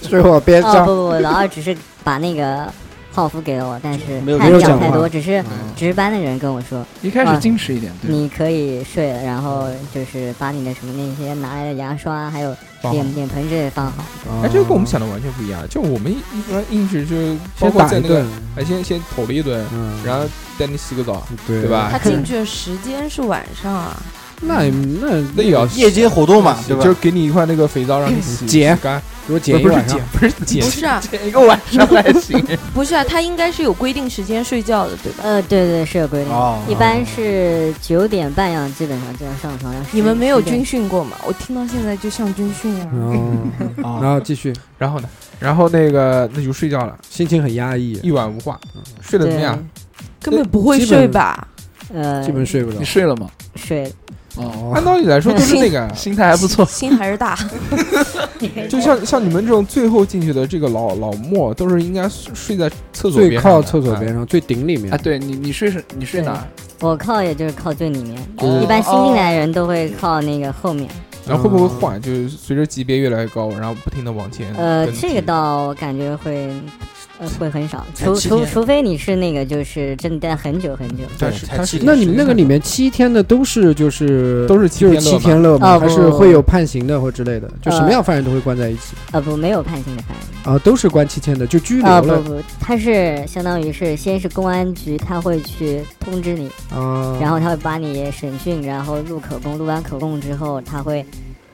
Speaker 5: 最后
Speaker 6: 哎
Speaker 5: 边
Speaker 8: 哦不
Speaker 5: 上
Speaker 8: 不不，老二只是把那个号服给了我，但是
Speaker 6: 没有嗯
Speaker 8: 他
Speaker 5: 没有
Speaker 8: 讲
Speaker 5: 讲
Speaker 8: 太
Speaker 5: 话
Speaker 8: 多，只是值班的人跟我说，
Speaker 4: 一开始矜持一点，对。
Speaker 8: 你可以睡了，然后就是把你的什么那些拿来的牙刷还有
Speaker 1: 放好
Speaker 8: 脸脸盆之类的放
Speaker 6: 哦
Speaker 8: 好。
Speaker 5: 啊
Speaker 1: 哎，这个跟我们想的完全不一样。就我们一一般硬是就包
Speaker 5: 先
Speaker 1: 括
Speaker 5: 打
Speaker 1: 在
Speaker 5: 一
Speaker 1: 那个
Speaker 5: 顿，
Speaker 1: 哎，先先捅了一顿，
Speaker 5: 嗯，
Speaker 1: 然后带你洗个澡，
Speaker 5: 对
Speaker 1: 对？吧
Speaker 2: 他？进去的时间是晚上啊，
Speaker 5: 那嗯那
Speaker 1: 那也要
Speaker 6: 啊夜间活动嘛，对
Speaker 1: 就
Speaker 6: 吧
Speaker 1: 是？给你一块那个肥皂让你洗
Speaker 5: 剪
Speaker 1: 洗干，
Speaker 5: 给我
Speaker 1: 不
Speaker 5: 剪一
Speaker 1: 不是
Speaker 5: 晚上
Speaker 1: 剪，不是剪
Speaker 2: 不，是啊，
Speaker 4: 前一个晚上还行，
Speaker 2: 不是啊，他应该是有规定时间睡觉的，对吧？
Speaker 8: 呃，对对，是有规定的，
Speaker 6: 哦
Speaker 8: 一般是九点半样，基本上就要上床要。
Speaker 2: 你们没有
Speaker 8: 10点
Speaker 2: 军训过吗？我听到现在就像军训一样。
Speaker 5: 嗯，
Speaker 1: 哦
Speaker 5: 然后继续，
Speaker 1: 然后呢，然后那个那就睡觉了，
Speaker 5: 心情很压抑，
Speaker 1: 一晚无话，睡得怎么样？
Speaker 2: 根本不会
Speaker 5: 基本
Speaker 2: 睡吧？
Speaker 8: 呃，
Speaker 5: 基本睡不着
Speaker 4: 你。睡了吗？
Speaker 8: 睡
Speaker 4: 哦，
Speaker 1: 按道理来说都是那个，
Speaker 4: 心态还 不错。
Speaker 2: 心还是大，
Speaker 1: 就像像你们这种最后进去的这个老老莫，都是应该睡睡在厕所
Speaker 5: 最
Speaker 1: 边上
Speaker 5: 靠
Speaker 1: 的
Speaker 5: 厕所边
Speaker 1: 哎
Speaker 5: 上，最顶里面
Speaker 4: 啊，。对你，你睡是，你睡哪儿？
Speaker 8: 我靠，也就是靠最里面，
Speaker 4: 哦
Speaker 8: 一般新进来的人都会靠那个后面。
Speaker 1: 然后会
Speaker 8: 嗯
Speaker 1: 不会换？嗯就是随着级别越来越高，然后不停的往前跟
Speaker 8: 呃，
Speaker 1: 踢。
Speaker 8: 这个倒我感觉会呃，会很少，
Speaker 6: 才
Speaker 8: 除
Speaker 6: 七
Speaker 8: 除
Speaker 6: 天
Speaker 8: 除非你是那个就是真待很久很久，
Speaker 6: 对
Speaker 1: 但是
Speaker 6: 才
Speaker 1: 但
Speaker 6: 七
Speaker 1: 是
Speaker 6: 天
Speaker 5: 那你们那个里面七天的都是就是
Speaker 1: 都是七
Speaker 5: 就是
Speaker 1: 天乐
Speaker 5: 七
Speaker 1: 嘛
Speaker 5: 天乐吗？
Speaker 8: 啊
Speaker 5: 还
Speaker 8: 不
Speaker 5: 是会有判刑的或之类的？就什么
Speaker 8: 呃
Speaker 5: 样犯人都会关在一起
Speaker 8: 呃不没有判刑的犯人。
Speaker 5: 啊？都是关七天的，就拘留
Speaker 8: 啊不
Speaker 5: 了
Speaker 8: 不，他是相当于是先是公安局，他会去通知你，
Speaker 5: 啊。
Speaker 8: 然后他会把你审讯，然后录口供，录完口供之后，他会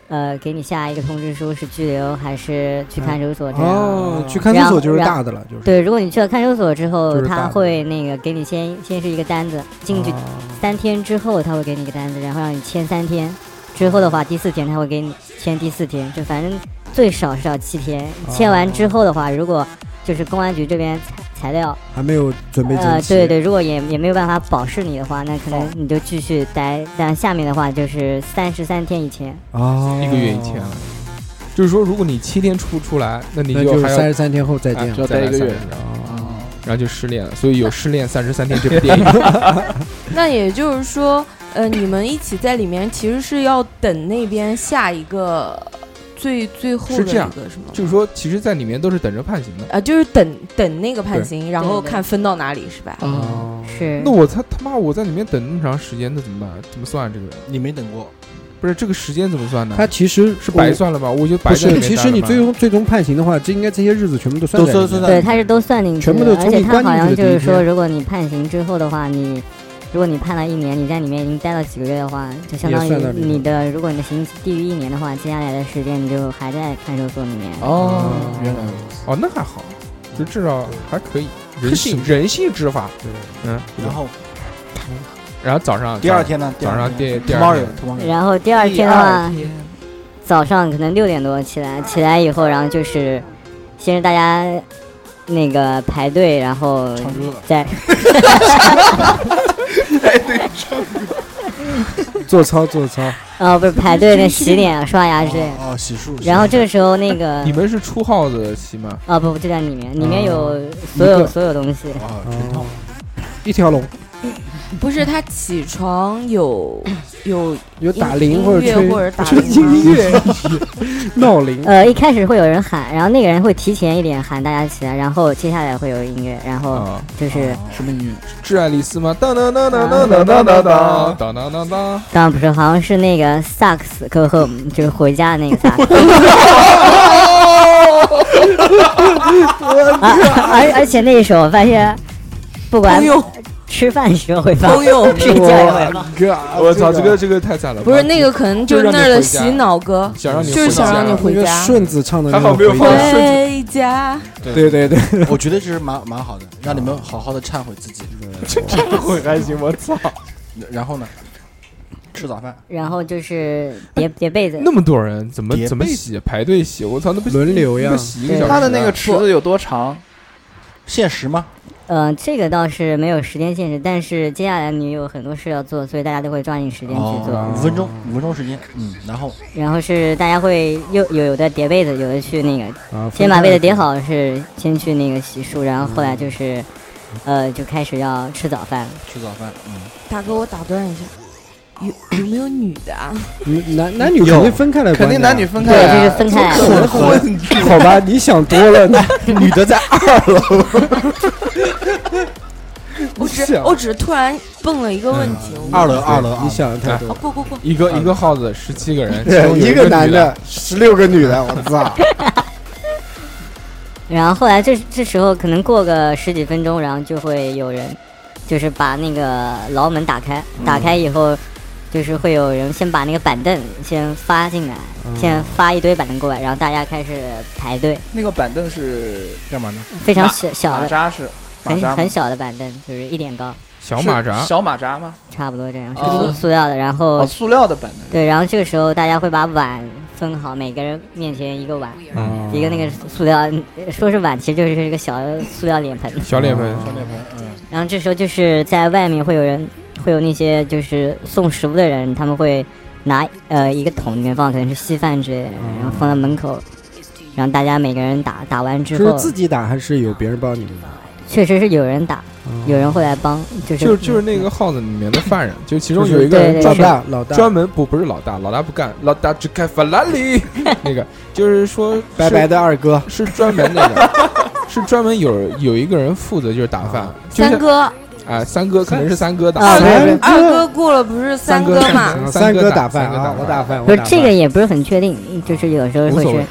Speaker 8: 呃给你下一个通知书，是拘留还是去看守所这样。
Speaker 5: 嗯哦，去看守
Speaker 8: 然
Speaker 5: 所
Speaker 8: 后
Speaker 5: 就是
Speaker 8: 然
Speaker 5: 大的了，就是
Speaker 8: 对，如果你去了看守所之后，
Speaker 5: 就是大
Speaker 8: 他
Speaker 5: 的
Speaker 8: 会那个给你先先是一个单子，进去
Speaker 5: 啊
Speaker 8: 三天之后他会给你一个单子，然后让你签三天。之后的话，第四天他会给你签第四天，就反正最少是要七天。签完之后的话，如果就是公安局这边材材料，
Speaker 5: 还没有准备
Speaker 8: 呃
Speaker 5: 整，
Speaker 8: 对
Speaker 5: 齐。
Speaker 8: 对，如果也也没有办法保释你的话，那可能你就继续待。但下面的话就是三十三天以前，
Speaker 5: 哦，
Speaker 1: 一个月以前啊，就是说，如果你七天出不出来，那你
Speaker 5: 那就是
Speaker 1: 还要
Speaker 5: 三十三天后再见
Speaker 1: 哎
Speaker 4: 就
Speaker 5: 了。
Speaker 4: 要待一个
Speaker 1: 再来33
Speaker 4: 月
Speaker 1: 天
Speaker 5: 哦
Speaker 1: 然后就失恋了，所以有失恋三十三天这部 电影。
Speaker 2: 那也就是说，呃，你们一起在里面其实是要等那边下一个最最后的
Speaker 1: 是这样
Speaker 2: 一个什么？
Speaker 1: 就是说，其实，在里面都是等着判刑的。
Speaker 2: 啊，就是等等那个判刑，然后
Speaker 8: 对对
Speaker 2: 看分到哪里是吧？
Speaker 4: 啊，
Speaker 5: 哦，
Speaker 8: 是
Speaker 1: 那我他他妈我在里面等那么长时间，那怎么办？怎么算啊这个人？
Speaker 6: 你没等过，
Speaker 1: 不是这个时间怎么算呢？
Speaker 5: 他其实是
Speaker 1: 是白算了吗？我就白
Speaker 5: 不
Speaker 1: 在里
Speaker 5: 是，
Speaker 1: 面
Speaker 5: 其
Speaker 1: 待
Speaker 5: 实
Speaker 1: 了
Speaker 5: 你
Speaker 1: 吗
Speaker 5: 最终最终判刑的话，这应该这些日子全部都算
Speaker 6: 都
Speaker 5: 在
Speaker 6: 算
Speaker 5: 里面
Speaker 6: 算
Speaker 5: 的
Speaker 6: 在
Speaker 8: 对，他是都算进去
Speaker 5: 全部都
Speaker 8: 的，
Speaker 5: 从
Speaker 8: 而且
Speaker 5: 你
Speaker 8: 他
Speaker 5: 关进
Speaker 8: 好
Speaker 5: 去的
Speaker 8: 像就
Speaker 5: 第
Speaker 8: 是
Speaker 5: 一
Speaker 8: 说，
Speaker 5: 天
Speaker 8: 如果你判刑之后的话，你如果你判了一年，你在里面已经待了几个月的话，就相
Speaker 5: 也
Speaker 8: 当于
Speaker 5: 算到里面
Speaker 8: 你的，如果你的刑期低于一年的话，接下来的时间你就还在看守所里面。
Speaker 4: 哦，
Speaker 6: 原来如此。
Speaker 1: 哦，那还好，就至少还可以，人
Speaker 5: 可
Speaker 1: 性
Speaker 5: 行
Speaker 1: 人性执法。
Speaker 5: 对
Speaker 1: 嗯，
Speaker 6: 然后
Speaker 1: 然后早上
Speaker 6: 第二天呢？
Speaker 1: 早上第
Speaker 6: 第
Speaker 1: 第二
Speaker 6: tomorrow
Speaker 1: 天
Speaker 5: 嗯
Speaker 6: tomorrow
Speaker 8: 然后第二天啊的话，早上可能六点多起来，起来以后，然后就是先是大家那个排队，然后
Speaker 6: 唱歌，
Speaker 4: 啊
Speaker 8: 再
Speaker 5: 做操做操，
Speaker 8: 哦不是排队那洗脸、刷牙之类的。
Speaker 6: 哦哦，洗漱。
Speaker 8: 啊然后这个时候那 个
Speaker 1: 你们是出号子戏吗？
Speaker 8: 啊不不就在里面，里面
Speaker 5: 哦
Speaker 8: 有所
Speaker 5: 一
Speaker 8: 有
Speaker 5: 个
Speaker 8: 所有东西。
Speaker 6: 啊，全套
Speaker 5: 哦一条龙，
Speaker 2: 不是，他起床有有
Speaker 5: 有
Speaker 2: 音
Speaker 5: 打铃或者
Speaker 2: 音乐
Speaker 5: 吹
Speaker 2: 或者打
Speaker 5: 吹
Speaker 2: 铃吗
Speaker 5: 音乐 闹铃，
Speaker 8: 呃，一开始会有人喊，然后那个人会提前一点喊大家起来，然后接下来会有音乐，然后
Speaker 1: 啊，
Speaker 8: 就是、
Speaker 6: 哦
Speaker 4: 什么音乐？
Speaker 1: 挚爱丽丝吗？当当当当当当当当当当当当当。
Speaker 8: 当然不是，好像是那个萨克斯 go home，就是回家的那个萨克斯。 啊而而且那一首我发现，不管
Speaker 2: 通用
Speaker 8: 吃饭时候会放，
Speaker 2: 通用
Speaker 8: 睡觉也会放。
Speaker 5: 哥
Speaker 1: 我操，这个这个太惨了！
Speaker 2: 不是那个，可能
Speaker 1: 就
Speaker 2: 就是
Speaker 1: 让
Speaker 2: 那
Speaker 1: 你
Speaker 2: 儿的
Speaker 1: 回
Speaker 2: 洗
Speaker 1: 家
Speaker 2: 脑歌，
Speaker 1: 想让你
Speaker 2: 就是
Speaker 1: 回家
Speaker 2: 想让你
Speaker 5: 那
Speaker 2: 回
Speaker 5: 个
Speaker 2: 家
Speaker 5: 顺子唱的那
Speaker 1: 还好
Speaker 5: 个
Speaker 1: 没有
Speaker 5: 回
Speaker 1: 放
Speaker 5: 家，
Speaker 2: 回家。
Speaker 5: 对对对，
Speaker 6: 我觉得这是蛮蛮好的，让你们好好的忏悔自己。
Speaker 4: 会还行，我操！
Speaker 6: 然后呢，吃早饭，
Speaker 8: 然后就是叠叠被子，
Speaker 1: 那么多人怎么
Speaker 6: 叠被
Speaker 1: 怎么洗？排队洗？我操，那不
Speaker 5: 轮流呀
Speaker 1: 那洗一个小时啊。
Speaker 4: 他的那个池子有多长？
Speaker 6: 限时吗？
Speaker 8: 呃，这个倒是没有时间限制，但是接下来你有很多事要做，所以大家都会抓紧时间
Speaker 6: 哦
Speaker 8: 去做。
Speaker 6: 五分钟，五分钟时间。嗯，然后
Speaker 8: 然后是大家会又有有的叠被子，有的去那个
Speaker 5: 啊
Speaker 8: 先把被子叠，好，是先去那个洗漱，然后后来就是，呃，就开始要吃早饭了。
Speaker 6: 吃早饭。嗯，
Speaker 2: 大哥，我打断一下，有有没有女的啊？
Speaker 5: 嗯男男女肯定分开来关的呀，
Speaker 4: 肯定男女分开
Speaker 8: 对，
Speaker 4: 啊，
Speaker 8: 这是分开来。
Speaker 5: 混混，好吧，你想多了，女的在二楼，
Speaker 2: 我只
Speaker 5: 是啊
Speaker 2: 我只是突然蹦了一个
Speaker 1: 嗯
Speaker 2: 问题，我
Speaker 6: 二楼，二楼，
Speaker 5: 你想的太多
Speaker 2: 哦。过过过，
Speaker 1: 一个一个号子十七个人，其
Speaker 5: 对
Speaker 1: 中有
Speaker 5: 一
Speaker 1: 个
Speaker 5: 男
Speaker 1: 女
Speaker 5: 的，十六个女的，我操！
Speaker 8: 然后后来这这时候可能过个十几分钟，然后就会有人，就是把那个牢门打开，
Speaker 4: 嗯
Speaker 8: 打开以后，就是会有人先把那个板凳先发进来，
Speaker 4: 嗯
Speaker 8: 先发一堆板凳过来，然后大家开始排队，
Speaker 4: 那个板凳是
Speaker 6: 干嘛呢？
Speaker 8: 非常
Speaker 4: 马
Speaker 8: 小小
Speaker 4: 马
Speaker 8: 的，
Speaker 4: 扎是马
Speaker 8: 很
Speaker 4: 扎吗
Speaker 8: 很小的板凳，就是一点高，
Speaker 1: 小马扎
Speaker 4: 是，小马扎吗？
Speaker 8: 差不多这样，是
Speaker 4: 哦
Speaker 8: 塑塑料的，然后
Speaker 4: 哦，塑料的板凳。
Speaker 8: 对，然后这个时候大家会把碗分好，每个人面前一个碗，
Speaker 5: 哦
Speaker 1: 嗯
Speaker 8: 一个那个塑料，呃说是碗，其实就是一个小的塑料脸盆。
Speaker 1: 小脸盆，
Speaker 6: 小脸盆，嗯，
Speaker 8: 然后这时候就是在外面会有人，会有那些就是送食物的人，他们会拿呃一个桶里面放可能是稀饭之类的，然后放到门口，然后大家每个人打，打完之
Speaker 5: 是
Speaker 8: 后，
Speaker 5: 自己打还是有别人帮你们打？
Speaker 8: 确实是有人打，有人会来帮，就是
Speaker 1: 就就是那个号子里面的犯人，就其中有一个
Speaker 8: 对
Speaker 1: 人
Speaker 8: 对
Speaker 1: 专
Speaker 5: 老
Speaker 8: 是
Speaker 1: 门
Speaker 5: 大老大，
Speaker 1: 专门不不是老大，老大不干，老大只开法拉利，那个就是说
Speaker 5: 白白的二哥，
Speaker 1: 是专门那个，是专门有有一个人负责就是打饭，就
Speaker 2: 三
Speaker 1: 是
Speaker 2: 哥，
Speaker 1: 哎三哥可能是三哥打
Speaker 8: 啊
Speaker 2: 二
Speaker 1: 饭，
Speaker 8: 没有
Speaker 2: 哥
Speaker 5: 三
Speaker 2: 二
Speaker 5: 哥
Speaker 2: 哥过了不是三哥嘛？
Speaker 1: 嘛
Speaker 5: 三
Speaker 1: 哥
Speaker 5: 哥打
Speaker 1: 饭
Speaker 5: 饭啊，我
Speaker 1: 打
Speaker 5: 打
Speaker 1: 饭，
Speaker 5: 饭，
Speaker 8: 不
Speaker 5: 我
Speaker 8: 是
Speaker 5: 打饭
Speaker 8: 这个也不是很确定，就是有时候
Speaker 1: 无
Speaker 8: 会
Speaker 1: 所谓
Speaker 8: 是，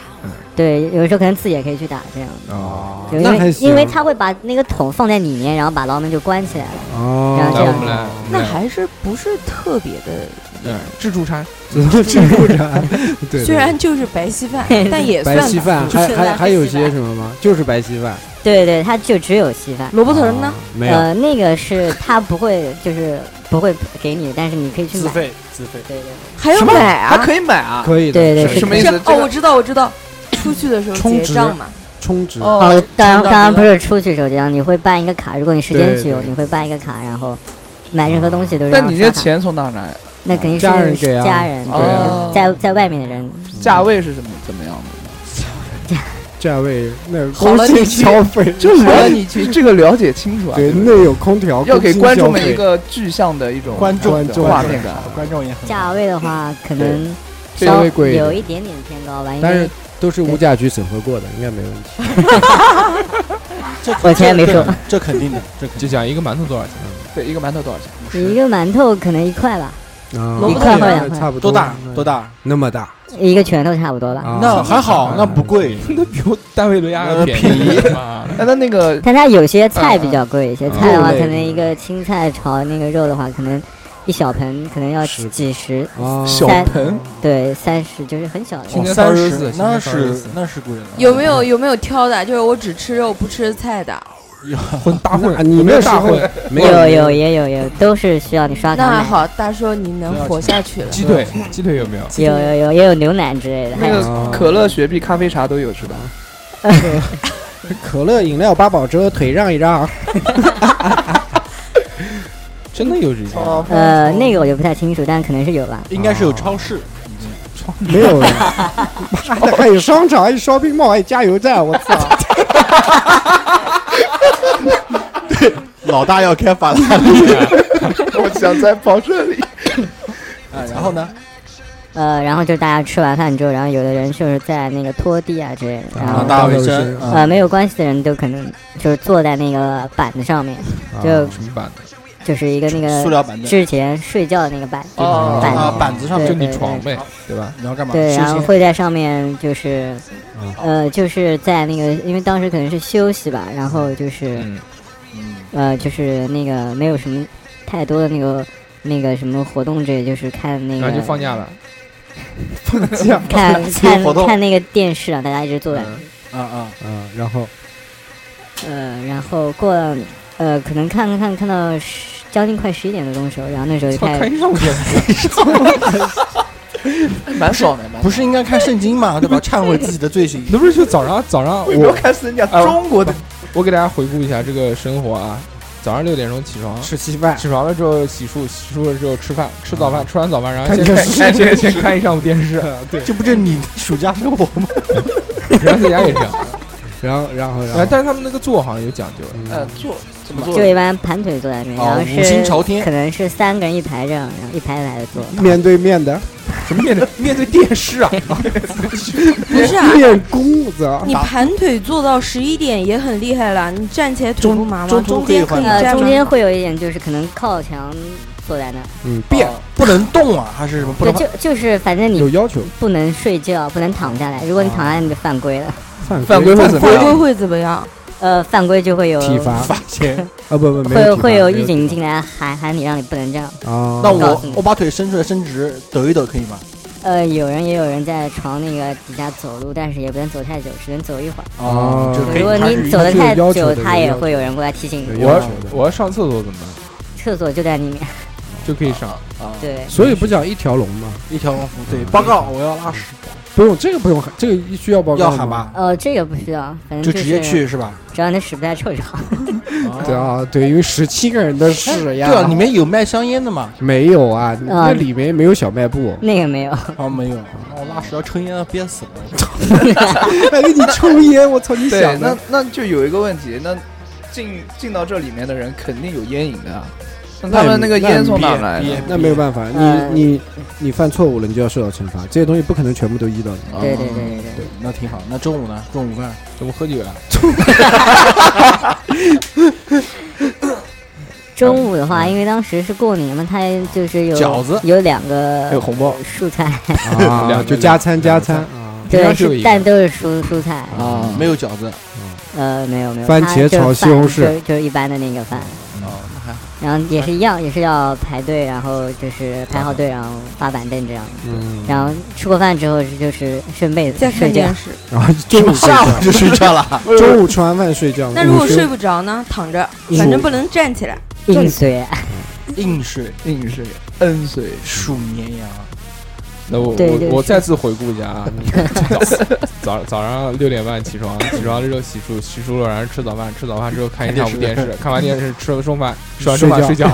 Speaker 8: 对，有时候可能自己也可以去打这样。
Speaker 1: 啊。
Speaker 8: 因
Speaker 5: 那还
Speaker 8: 为
Speaker 5: 行
Speaker 8: 因为他会把那个桶放在里面，然后把牢门就关起来了。然
Speaker 5: 哦
Speaker 1: 来，
Speaker 8: 后这
Speaker 1: 我
Speaker 8: 样
Speaker 1: 们来，我们
Speaker 2: 那
Speaker 1: 来
Speaker 2: 还是不是特别的，
Speaker 1: 嗯自助餐，
Speaker 5: 自助餐，对，
Speaker 2: 虽然就是白稀饭，但也算
Speaker 5: 白稀饭，
Speaker 2: 就
Speaker 5: 还
Speaker 2: 是
Speaker 5: 还还有些
Speaker 2: 白
Speaker 5: 什么吗？就是白稀饭，
Speaker 8: 对对，他就只有稀饭。
Speaker 2: 萝卜头儿呢
Speaker 5: 啊？？没有，
Speaker 8: 呃，那个是他不会，就是不会给你，但是你可以去
Speaker 6: 自
Speaker 8: 买。
Speaker 6: 费自费，
Speaker 8: 对对
Speaker 2: 还有
Speaker 4: 什么
Speaker 2: 买
Speaker 4: 还
Speaker 2: 啊？
Speaker 4: 可以买啊？
Speaker 5: 可以的，
Speaker 8: 对对
Speaker 5: 是
Speaker 8: 是
Speaker 4: 什么意
Speaker 2: 是
Speaker 4: 思？
Speaker 2: 哦，我知道，我知道，出去的时候
Speaker 5: 充
Speaker 2: 结
Speaker 5: 值
Speaker 2: 账嘛。
Speaker 5: 充值，
Speaker 2: 哦，
Speaker 8: 哦，当然
Speaker 6: 充到
Speaker 8: 当然
Speaker 6: 这
Speaker 8: 不
Speaker 6: 个
Speaker 8: 是出去手机上，啊你会办一个卡。如果你时间
Speaker 5: 对
Speaker 8: 久，
Speaker 5: 对
Speaker 8: 你会办一个卡，然后买任何东西都是让
Speaker 4: 但
Speaker 8: 刷卡。
Speaker 4: 你这钱从哪儿来？
Speaker 8: 那肯定
Speaker 5: 家人给
Speaker 8: 是
Speaker 5: 啊
Speaker 8: 家人，
Speaker 5: 对
Speaker 4: 哦
Speaker 8: 对，在在外面的人，
Speaker 4: 价位是怎么怎么样的？
Speaker 5: 价位那
Speaker 2: 好
Speaker 5: 空
Speaker 2: 了
Speaker 5: 心
Speaker 2: 你
Speaker 5: 消费，
Speaker 4: 就是
Speaker 2: 哎
Speaker 4: 要你去这个了解清楚啊，
Speaker 5: 对，
Speaker 4: 不
Speaker 5: 内有空调，
Speaker 4: 要给观众
Speaker 5: 空
Speaker 4: 们一
Speaker 5: 心消
Speaker 4: 个
Speaker 5: 费
Speaker 4: 具象的一种
Speaker 5: 观众
Speaker 4: 的画面感。
Speaker 6: 观众也很
Speaker 8: 价位的话可能
Speaker 5: 对稍
Speaker 8: 稍
Speaker 5: 微贵一点
Speaker 8: 有一点点偏高吧，因
Speaker 5: 但是
Speaker 8: 为
Speaker 5: 都是物价局审核过的，应该没问题。
Speaker 8: 我之前没说，
Speaker 6: 这肯定的，这肯定
Speaker 1: 就讲一个馒头多少钱？
Speaker 4: 对，一个馒头多少钱？
Speaker 8: 一个馒头可能一块吧，
Speaker 5: 啊
Speaker 2: 萝卜
Speaker 8: 一块
Speaker 2: 头
Speaker 8: 或两块，
Speaker 5: 差不
Speaker 6: 多大
Speaker 5: 嗯
Speaker 6: 多大？
Speaker 5: 那么大，
Speaker 8: 一个拳头差不多吧。
Speaker 5: 啊
Speaker 6: 那还好，那不贵。
Speaker 1: 那比我单位伦
Speaker 6: 呃
Speaker 1: 宜嘛。
Speaker 4: 那他那个
Speaker 8: 但它有些菜比较贵一些，
Speaker 1: 嗯
Speaker 8: 菜的话
Speaker 5: 肉类
Speaker 8: 可能一个青菜炒那个肉的话，可能一小盆可能要
Speaker 5: 十
Speaker 8: 几十，
Speaker 5: 啊
Speaker 4: 小
Speaker 8: 三
Speaker 4: 盆，
Speaker 8: 对，三十就是很小的。
Speaker 1: 青天
Speaker 6: 哦三
Speaker 1: 烧日
Speaker 6: 十
Speaker 1: 子，
Speaker 6: 那
Speaker 1: 青天烧日
Speaker 6: 是
Speaker 1: 子
Speaker 6: 那是贵了。
Speaker 2: 有没有有没有挑的？就是我只吃肉不吃菜的，
Speaker 1: 混大
Speaker 5: 那
Speaker 1: 混，
Speaker 5: 你
Speaker 1: 有没
Speaker 5: 那
Speaker 1: 有
Speaker 5: 时
Speaker 1: 大
Speaker 5: 候
Speaker 1: 混
Speaker 5: 没
Speaker 8: 有有也有有，都是需要你刷卡
Speaker 2: 那还
Speaker 8: 买。
Speaker 2: 好，大叔你能活下去了。
Speaker 1: 鸡腿，鸡腿有没有？
Speaker 8: 有有有也有牛奶之类的，还
Speaker 4: 那
Speaker 8: 有
Speaker 4: 个可乐、雪碧、咖啡、茶都有是吧？
Speaker 5: 可乐、饮料、八宝粥，腿让一让。
Speaker 1: 真的有这些？
Speaker 8: 呃那个我就不太清楚，但可能是有吧。
Speaker 6: 应该是有超市，
Speaker 5: 没有，妈的，还有商场，还有 shopping mall，还有加油站，我操！
Speaker 6: 老大要开法拉
Speaker 4: 我想在跑这里。
Speaker 6: 啊，然后呢？
Speaker 8: 呃，然后就大家吃完饭之后，然后有的人就是在那个拖地啊之类的，然
Speaker 6: 啊
Speaker 8: 后
Speaker 5: 啊
Speaker 6: 大卫生啊，
Speaker 8: 呃没有关系的人都可能就是坐在那个板子上面，就
Speaker 1: 啊什么版的？
Speaker 8: 就是一个那
Speaker 6: 塑
Speaker 8: 个
Speaker 6: 料板凳
Speaker 8: 之前睡觉的那个板，就是
Speaker 4: 哦
Speaker 8: 呃板
Speaker 6: 啊
Speaker 8: 子，
Speaker 6: 板子上
Speaker 8: 对
Speaker 1: 就
Speaker 6: 面
Speaker 1: 你
Speaker 8: 对
Speaker 1: 床
Speaker 8: 对
Speaker 1: 呗，对吧？
Speaker 6: 你要干嘛？
Speaker 8: 对，
Speaker 6: 休
Speaker 8: 然后
Speaker 6: 息
Speaker 8: 会在上面就是
Speaker 5: 嗯，
Speaker 8: 呃，就是在那个，因为当时可能是休息吧，然后就是
Speaker 1: 嗯，
Speaker 8: 呃，就是那个没有什么太多的那个那个什么活动之类，就是看那
Speaker 1: 然后就放
Speaker 8: 个
Speaker 1: 假了。
Speaker 8: 看看
Speaker 6: 活动
Speaker 8: 看那个电视啊，大家一直坐在那，
Speaker 6: 啊啊，
Speaker 5: 嗯，然后
Speaker 6: 嗯
Speaker 8: 呃，然后过了呃，可能看看看看到十将近快十一点的钟的时候，然后那时候就
Speaker 1: 操，
Speaker 8: 开
Speaker 1: 看
Speaker 8: 始
Speaker 1: 上去
Speaker 4: 蛮爽的，蛮爽的
Speaker 6: 不是应该看圣经嘛， 对吧？忏悔自己的罪行。
Speaker 1: 那不是就早上早 上
Speaker 4: 为什么要
Speaker 1: 我
Speaker 4: 开始讲
Speaker 1: 哎
Speaker 4: 中国的？
Speaker 1: 我给大家回顾一下这个生活啊，早上六点钟起床，
Speaker 5: 吃稀饭，
Speaker 1: 起床了之后洗漱，洗漱了之后吃饭，吃早饭，吃完早饭然后
Speaker 5: 看
Speaker 1: 先
Speaker 5: 电
Speaker 1: 看
Speaker 5: 视
Speaker 1: 先先先看一上午电视，
Speaker 6: 这不是你的暑假生活吗？
Speaker 1: 然后在家也这样。
Speaker 5: 然后然后然
Speaker 1: 哎，
Speaker 5: 后
Speaker 1: 但是他们那个坐好像有讲究，
Speaker 4: 呃
Speaker 5: 嗯，，
Speaker 4: 坐怎么坐
Speaker 8: 就？一般盘腿坐在那边，然
Speaker 6: 哦，
Speaker 8: 后
Speaker 6: 五星朝
Speaker 8: 是
Speaker 6: 天
Speaker 8: 可能是三个人一排这样，然后一排一排的坐。
Speaker 5: 面对面的
Speaker 1: 什么面对面对电视 啊？
Speaker 2: 不是啊，
Speaker 5: 练功，我操！
Speaker 2: 你盘腿坐到十一点也很厉害了，你站起来腿不麻吗？
Speaker 6: 中
Speaker 2: 中
Speaker 6: 中可以
Speaker 2: 间可以
Speaker 6: 换
Speaker 8: 呃，
Speaker 2: 站
Speaker 8: 中
Speaker 2: 吗？
Speaker 8: 间会有一点就是可能靠墙坐在那儿，
Speaker 5: 嗯，
Speaker 6: 变不能动啊，还是什么不
Speaker 8: 对，
Speaker 6: 能？
Speaker 8: 就就是反正
Speaker 5: 有哦
Speaker 8: 你
Speaker 5: 要求，
Speaker 8: 不能睡觉，不能躺下来。如果你躺下来，你就犯规了。
Speaker 5: 犯
Speaker 4: 犯规会怎么
Speaker 2: 回归
Speaker 4: 样？
Speaker 2: 会怎么样？
Speaker 8: 呃，犯规就会有
Speaker 5: 体罚
Speaker 6: 发现。
Speaker 5: 啊，不不，没
Speaker 8: 会有
Speaker 5: 体罚
Speaker 8: 会有
Speaker 5: 没
Speaker 8: 狱
Speaker 5: 体
Speaker 8: 警进来喊喊你，让你不能这样。
Speaker 5: 罚啊。
Speaker 6: 那
Speaker 8: 告
Speaker 6: 我
Speaker 8: 诉你
Speaker 6: 我把腿伸出来伸直，抖一抖可以吗？
Speaker 8: 呃，有人也有人在床那个底下走路，但是也不能走太久，只能走一会儿。
Speaker 6: 啊
Speaker 5: 哦
Speaker 6: 就可以
Speaker 8: 如果
Speaker 6: 开始
Speaker 8: 你走得太
Speaker 5: 有要求
Speaker 8: 久，
Speaker 5: 的
Speaker 8: 他
Speaker 5: 有
Speaker 8: 也
Speaker 5: 要求
Speaker 8: 会有人过来提醒
Speaker 5: 有
Speaker 8: 你。
Speaker 5: 要求的
Speaker 1: 我我要上厕所怎么办？
Speaker 8: 厕所就在里面，
Speaker 1: 就可以上，
Speaker 5: 哦
Speaker 6: 啊，
Speaker 8: 对，
Speaker 5: 所以不讲一条龙嘛，
Speaker 6: 一条龙服务。对，报告，我要拉屎，
Speaker 5: 不用这个不用喊，这个需要报告
Speaker 6: 要
Speaker 5: 吗
Speaker 6: 喊吧？
Speaker 8: 呃，这个不需要，反正
Speaker 6: 就是直接，去是吧？
Speaker 8: 只要你屎不太臭就好。，
Speaker 5: 对啊，对，因为十七个人的事呀。
Speaker 6: 对啊，里面有卖香烟的嘛？
Speaker 5: 没有啊，那里面没有小卖部
Speaker 8: 那个没有，
Speaker 5: 哦
Speaker 6: 啊，没有，我拉屎要抽烟，啊憋死了。
Speaker 5: 还哎给你抽烟，我操！你
Speaker 4: 对，
Speaker 5: 想
Speaker 4: 那
Speaker 5: 的
Speaker 4: 那就有一个问题，那进进到这里面的人肯定有烟瘾的啊，那他们那个烟从哪儿
Speaker 5: 那
Speaker 4: 来的？
Speaker 5: 那没有办法，
Speaker 2: 哎
Speaker 8: 呃
Speaker 5: 你你你犯错误了，你就要受到惩罚。这些东西不可能全部都依到 你。
Speaker 8: 对对对对对。
Speaker 6: 对， 那挺好。那中午呢？中午饭
Speaker 5: 怎么喝酒了？
Speaker 8: 中午的话，因为当时是过年嘛，它就是有
Speaker 6: 饺子
Speaker 8: 有两个
Speaker 5: 还有红包
Speaker 8: 蔬菜，
Speaker 5: 啊，就加餐加餐啊，
Speaker 1: 平
Speaker 8: 对，
Speaker 1: 常只有一个
Speaker 8: 是但都是蔬蔬菜，
Speaker 6: 啊，没有饺子
Speaker 8: 呃，没有没有，
Speaker 5: 番
Speaker 8: 它
Speaker 5: 茄
Speaker 8: 就是
Speaker 5: 炒
Speaker 8: 饭
Speaker 5: 西红柿
Speaker 8: 就是就是一般的那个饭，
Speaker 6: 哦，那还好。
Speaker 8: 然后也是一样，也是要排队，然后就是排好队，然后发板凳这样，
Speaker 5: 嗯，
Speaker 8: 然后吃过饭之后是就是顺被子
Speaker 2: 再
Speaker 8: 睡
Speaker 2: 看
Speaker 8: 觉
Speaker 2: 电，视。
Speaker 5: 然后 中午睡
Speaker 6: 下午
Speaker 5: 觉，
Speaker 6: 就 睡觉了，
Speaker 5: 中午吃完饭睡觉。
Speaker 2: 那如果
Speaker 5: 午休
Speaker 2: 睡不着呢？躺着，
Speaker 5: 午
Speaker 2: 反正不能站起来。
Speaker 8: 硬睡，
Speaker 6: 硬睡
Speaker 4: 硬水、恩水，
Speaker 6: 数绵羊。
Speaker 1: 那我
Speaker 8: 对对
Speaker 1: 我我
Speaker 8: 是
Speaker 1: 再次回顾一下啊， 早早早上六点半起床，起床之后洗漱，洗漱了然后吃早饭，吃早饭之后看一下午电视， 看完电视吃了中饭，吃完中饭睡
Speaker 5: 睡
Speaker 1: 觉。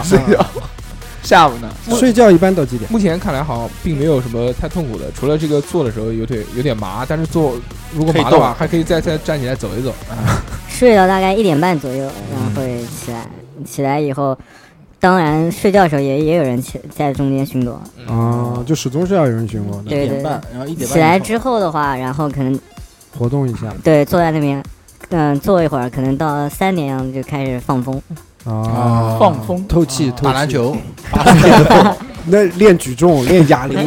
Speaker 4: 下午呢？
Speaker 5: 睡觉一般到几点？
Speaker 1: 目前看来好像并没有什么太痛苦的，除了这个坐的时候有点有点麻，但是坐如果麻的话，还可以再再站起来走一走。
Speaker 8: 睡到大概一点半左右，然后会起来，起来以后，当然睡觉的时候也也有人起在中间巡逻，
Speaker 4: 嗯
Speaker 5: 啊，就始终是要有人巡逻的，
Speaker 8: 对
Speaker 6: 一
Speaker 8: 对
Speaker 6: 点半，然后一点半
Speaker 8: 起来
Speaker 6: 以后
Speaker 8: 之后的话，然后可能
Speaker 5: 活动一下
Speaker 8: 对坐在那边，嗯、坐一会儿，可能到三点样就开始放风，
Speaker 5: 啊，
Speaker 4: 放风
Speaker 5: 透气，透
Speaker 6: 打
Speaker 5: 气
Speaker 6: 篮，球，
Speaker 5: 那练举重，练哑 铃，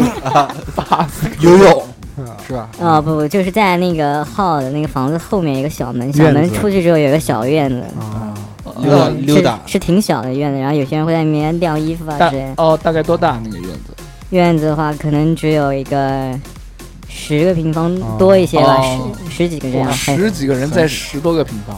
Speaker 6: 游泳
Speaker 5: 啊
Speaker 6: 是吧？
Speaker 8: 啊、
Speaker 4: 嗯
Speaker 8: 不不，就是在那个号的那个房子后面一个小门，小
Speaker 5: 院
Speaker 8: 门
Speaker 5: 子
Speaker 8: 出去之后有一个小院子，
Speaker 5: 啊，
Speaker 6: 溜达
Speaker 8: 嗯
Speaker 6: 溜
Speaker 4: 啊
Speaker 6: 达，
Speaker 8: 是是挺小的院子，然后有些人会在里面晾衣服啊
Speaker 4: 大
Speaker 8: 之类的。
Speaker 4: 哦，大概多大那个院子？
Speaker 8: 院子的话，可能只有一个十个平方
Speaker 5: 哦
Speaker 8: 多一些吧，
Speaker 4: 哦
Speaker 8: 十十几个这
Speaker 4: 哇
Speaker 8: 样，很
Speaker 4: 十几个人在十多个平方，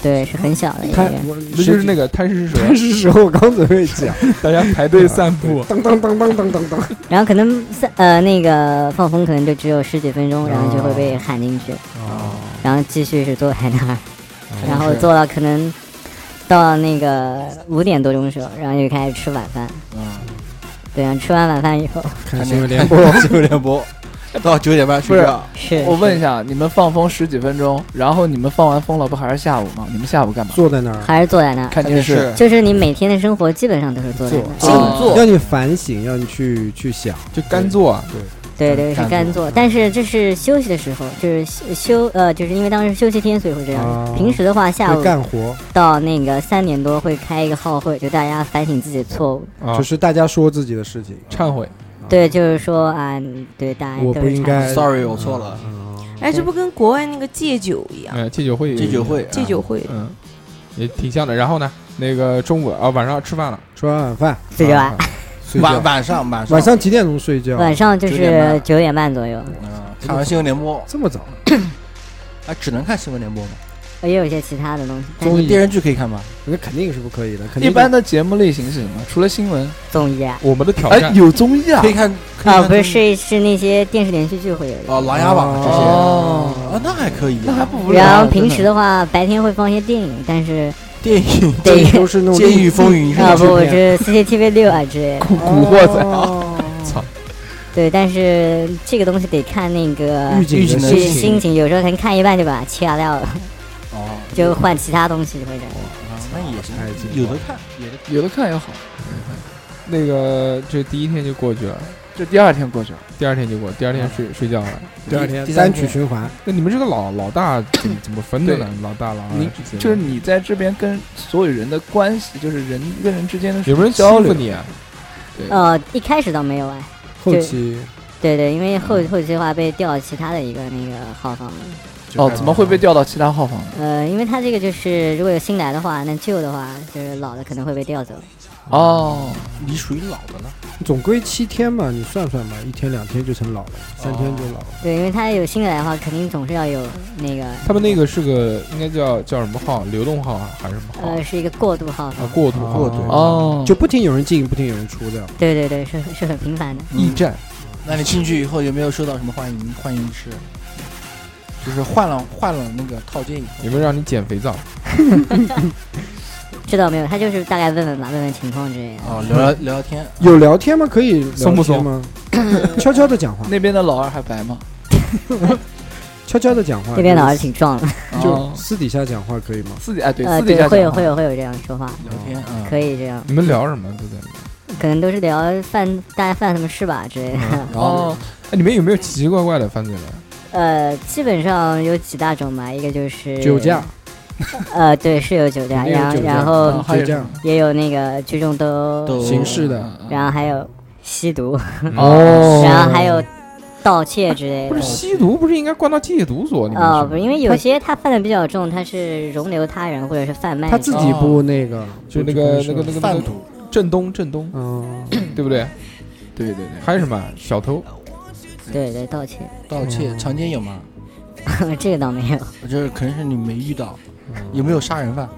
Speaker 8: 对，是很小的一个
Speaker 5: 看
Speaker 8: 院。
Speaker 5: 我
Speaker 1: 那就是那个贪吃蛇，
Speaker 5: 但是时候，我刚准备 讲，
Speaker 1: 大家排队散 步，
Speaker 5: 当当当当当当当，
Speaker 8: 然后可能三呃那个放风可能就只有十几分钟，然后
Speaker 4: 哦
Speaker 8: 就会被喊进去，
Speaker 5: 啊，
Speaker 8: 然后继续是坐在那儿，然后坐到可能到那个五点多钟的时候，然后就开始吃晚饭。
Speaker 6: 嗯
Speaker 8: 对，然后吃完晚饭以后
Speaker 5: 看新闻联
Speaker 6: 联
Speaker 5: 播，
Speaker 6: 播，新闻联播， 到九点半
Speaker 4: 不
Speaker 6: 睡
Speaker 4: 是？
Speaker 6: 觉。
Speaker 8: 是
Speaker 4: 我问一下，你们放风十几分钟，然后你们放完风了，不还是下午吗？你们下午干嘛？
Speaker 5: 坐在那儿，
Speaker 8: 还是坐在那儿，
Speaker 4: 看电视。
Speaker 8: 就是你每天的生活基本上都是坐在那儿。
Speaker 2: 啊
Speaker 4: 静坐
Speaker 5: 要你反省，要你去去想，
Speaker 1: 就干坐啊。
Speaker 8: 对对，是干坐，但是这是休息的时候，就是休休呃，就是因为当时休息天，所以会这样。
Speaker 5: 哦
Speaker 8: 平时的话，下
Speaker 5: 会
Speaker 8: 午
Speaker 5: 干活，
Speaker 8: 到那个三点多会开一个号会，就大家反省自己的错误。
Speaker 1: 啊
Speaker 5: 就，是大家说自己的事情，
Speaker 1: 忏悔，
Speaker 8: 对，就是说啊，嗯对，大家
Speaker 5: 哦我
Speaker 8: 都
Speaker 5: 不
Speaker 8: 是
Speaker 5: 应
Speaker 8: 差
Speaker 5: 该
Speaker 8: 不多
Speaker 6: Sorry，我错了。
Speaker 2: 哎，这不跟国外那个戒酒一样？
Speaker 1: 嗯，戒酒会，
Speaker 6: 戒酒，会，啊
Speaker 2: 戒酒会
Speaker 1: 嗯，也挺像的。然后呢，那个中午啊，晚上吃饭了，
Speaker 5: 吃完晚饭
Speaker 8: 睡觉啊。
Speaker 5: 睡
Speaker 6: 晚
Speaker 5: 觉，
Speaker 6: 晚上晚上
Speaker 5: 晚上几点钟睡觉？
Speaker 8: 晚上就
Speaker 6: 九点
Speaker 8: 是
Speaker 6: 半
Speaker 8: 九点半左右，
Speaker 6: 嗯看完新闻联播，
Speaker 5: 这么早？
Speaker 6: 啊，只能看新闻联播嘛。
Speaker 8: 也有一些其他的东西，但
Speaker 6: 综
Speaker 8: 是
Speaker 6: 艺、电视剧可以看吧？
Speaker 5: 那肯定是不可以的，肯定
Speaker 4: 一般的节目类型是什么？除了新闻，
Speaker 8: 综艺啊，
Speaker 1: 我们的挑
Speaker 4: 哎，
Speaker 1: 战，
Speaker 4: 有综艺啊
Speaker 6: 可，以看可以
Speaker 8: 啊，
Speaker 6: 看
Speaker 8: 不是
Speaker 6: 综艺
Speaker 8: 是是那些电视连续剧会有一
Speaker 6: 哦，《
Speaker 8: 个。
Speaker 6: 琅琊榜》这些
Speaker 4: 哦，
Speaker 6: 啊，那还可以
Speaker 4: 那还
Speaker 6: 啊。
Speaker 4: 不无聊。
Speaker 8: 然后平时
Speaker 4: 真的
Speaker 8: 的话，白天会放一些电影，但是
Speaker 6: 电影
Speaker 8: 电
Speaker 5: 这
Speaker 8: 影
Speaker 5: 都是那
Speaker 6: 《
Speaker 5: 种
Speaker 6: 监狱风云》
Speaker 8: 啊
Speaker 6: 是
Speaker 8: 不，
Speaker 6: 吧
Speaker 8: 是 CCTV 六啊之类的。
Speaker 4: 古古惑仔
Speaker 8: 对，但是这个东西得看那个
Speaker 5: 狱警
Speaker 6: 狱警
Speaker 5: 的
Speaker 6: 的
Speaker 8: 是
Speaker 6: 心
Speaker 8: 心情，有时候可能看一半就把 它掐掉了，
Speaker 6: 哦，
Speaker 8: 就换其他东西或者
Speaker 6: 啊那也行
Speaker 5: 太精彩，了
Speaker 6: 有的看，有的
Speaker 4: 有的看也好，
Speaker 1: 那个这第一天就过去了，
Speaker 4: 这第二天过去了。
Speaker 1: 第二天就过，第二天
Speaker 8: 嗯
Speaker 1: 睡睡觉了。
Speaker 5: 第二天
Speaker 6: 第
Speaker 5: 单
Speaker 6: 三
Speaker 5: 曲
Speaker 6: 天
Speaker 5: 循环，
Speaker 1: 那你们这个老老大怎么怎么分的呢？老大老二
Speaker 4: 你
Speaker 1: 之间
Speaker 4: 就是你在这边跟所有人的关系，就是人跟人之间的
Speaker 1: 有没有人欺
Speaker 4: 交
Speaker 1: 负
Speaker 4: 流。
Speaker 1: 你啊？
Speaker 6: 嗯
Speaker 8: 呃一开始倒没有哎，
Speaker 5: 后期
Speaker 8: 对对，因为后
Speaker 6: 嗯
Speaker 8: 后期的话被调到其他的一个那个号上了。
Speaker 4: 哦，怎么会被调到其他号房？
Speaker 8: 呃，因为他这个就是如果有新来的话，那旧的话就是老的可能会被调走。
Speaker 4: 哦，
Speaker 6: 你属于老的了，
Speaker 5: 总归七天嘛，你算算吧，一天两天就成老了，
Speaker 6: 哦
Speaker 5: 三天就老了。
Speaker 8: 对，因为他有新来的话，肯定总是要有那个
Speaker 1: 他们那个是个应该叫叫什么号？流动号啊，还是什么号
Speaker 8: 呃是一个过渡号
Speaker 1: 啊嗯
Speaker 8: 房。？
Speaker 1: 过渡
Speaker 5: 啊
Speaker 1: 过
Speaker 6: 渡
Speaker 8: 嗯
Speaker 4: 哦，
Speaker 5: 就不停有人进，不停有人出的。
Speaker 8: 对对对，是是很频繁的。
Speaker 1: 驿站，
Speaker 6: 嗯那你进去以后有没有收到什么欢迎欢迎诗？就是换了换了那个套间以后，
Speaker 1: 有没有让你捡肥皂？
Speaker 8: 这倒没有，他就是大概问问吧，问问情况之类的。
Speaker 5: 啊
Speaker 6: 哦，聊聊聊聊天，
Speaker 5: 有聊天吗？可以
Speaker 1: 松
Speaker 5: 聊
Speaker 1: 不
Speaker 5: 天吗？悄悄的讲话，
Speaker 4: 那边的老二还白吗？
Speaker 5: 悄悄的讲话，
Speaker 8: 这边老师挺壮的，
Speaker 5: 就
Speaker 4: 哦
Speaker 5: 私底下讲话可以吗？
Speaker 4: 私底哎对，
Speaker 8: 呃，
Speaker 4: 私底
Speaker 8: 对，
Speaker 4: 下
Speaker 8: 会有
Speaker 4: 讲话
Speaker 8: 会有会有这样说话，
Speaker 6: 聊天啊，
Speaker 8: 可以这样，
Speaker 1: 你们聊什么都在里面？
Speaker 8: 可能都是聊犯大家犯什么事吧之类
Speaker 5: 嗯
Speaker 8: 的。
Speaker 6: 然后
Speaker 1: 哦，哎，你们有没有奇奇怪怪的犯罪呢？
Speaker 8: 呃，基本上有几大种吧，一个就是
Speaker 5: 酒驾，，
Speaker 8: 呃，对，是有酒驾，
Speaker 5: 肯定有
Speaker 8: 然后
Speaker 4: 嗯
Speaker 5: 酒驾
Speaker 8: 然后
Speaker 4: 还有
Speaker 5: 就这样
Speaker 4: 什么
Speaker 8: 也有那个聚众
Speaker 1: 哦
Speaker 8: 斗，
Speaker 5: 刑事的，
Speaker 8: 然后还有吸毒，
Speaker 5: 哦
Speaker 8: 然后还有盗窃之类
Speaker 1: 不
Speaker 8: 的
Speaker 1: 是。吸毒，不是应该关到戒毒所里面去吗？
Speaker 8: 哦，不是，因为有些他犯的比较重，他是容留他人或者是贩卖
Speaker 5: 他自己不那个，
Speaker 1: 哦就那个那个那
Speaker 5: 不跟你说
Speaker 1: 个那
Speaker 6: 贩
Speaker 1: 个
Speaker 6: 毒，
Speaker 1: 振东振东，
Speaker 5: 嗯，
Speaker 1: 对不对？
Speaker 4: 对对对，
Speaker 1: 还有什么小偷？
Speaker 8: 对对盗窃，
Speaker 6: 盗窃、
Speaker 5: 嗯
Speaker 6: 强奸有吗？
Speaker 8: 这个倒没有。
Speaker 6: 我觉得可能是你没遇到，有没有杀人犯？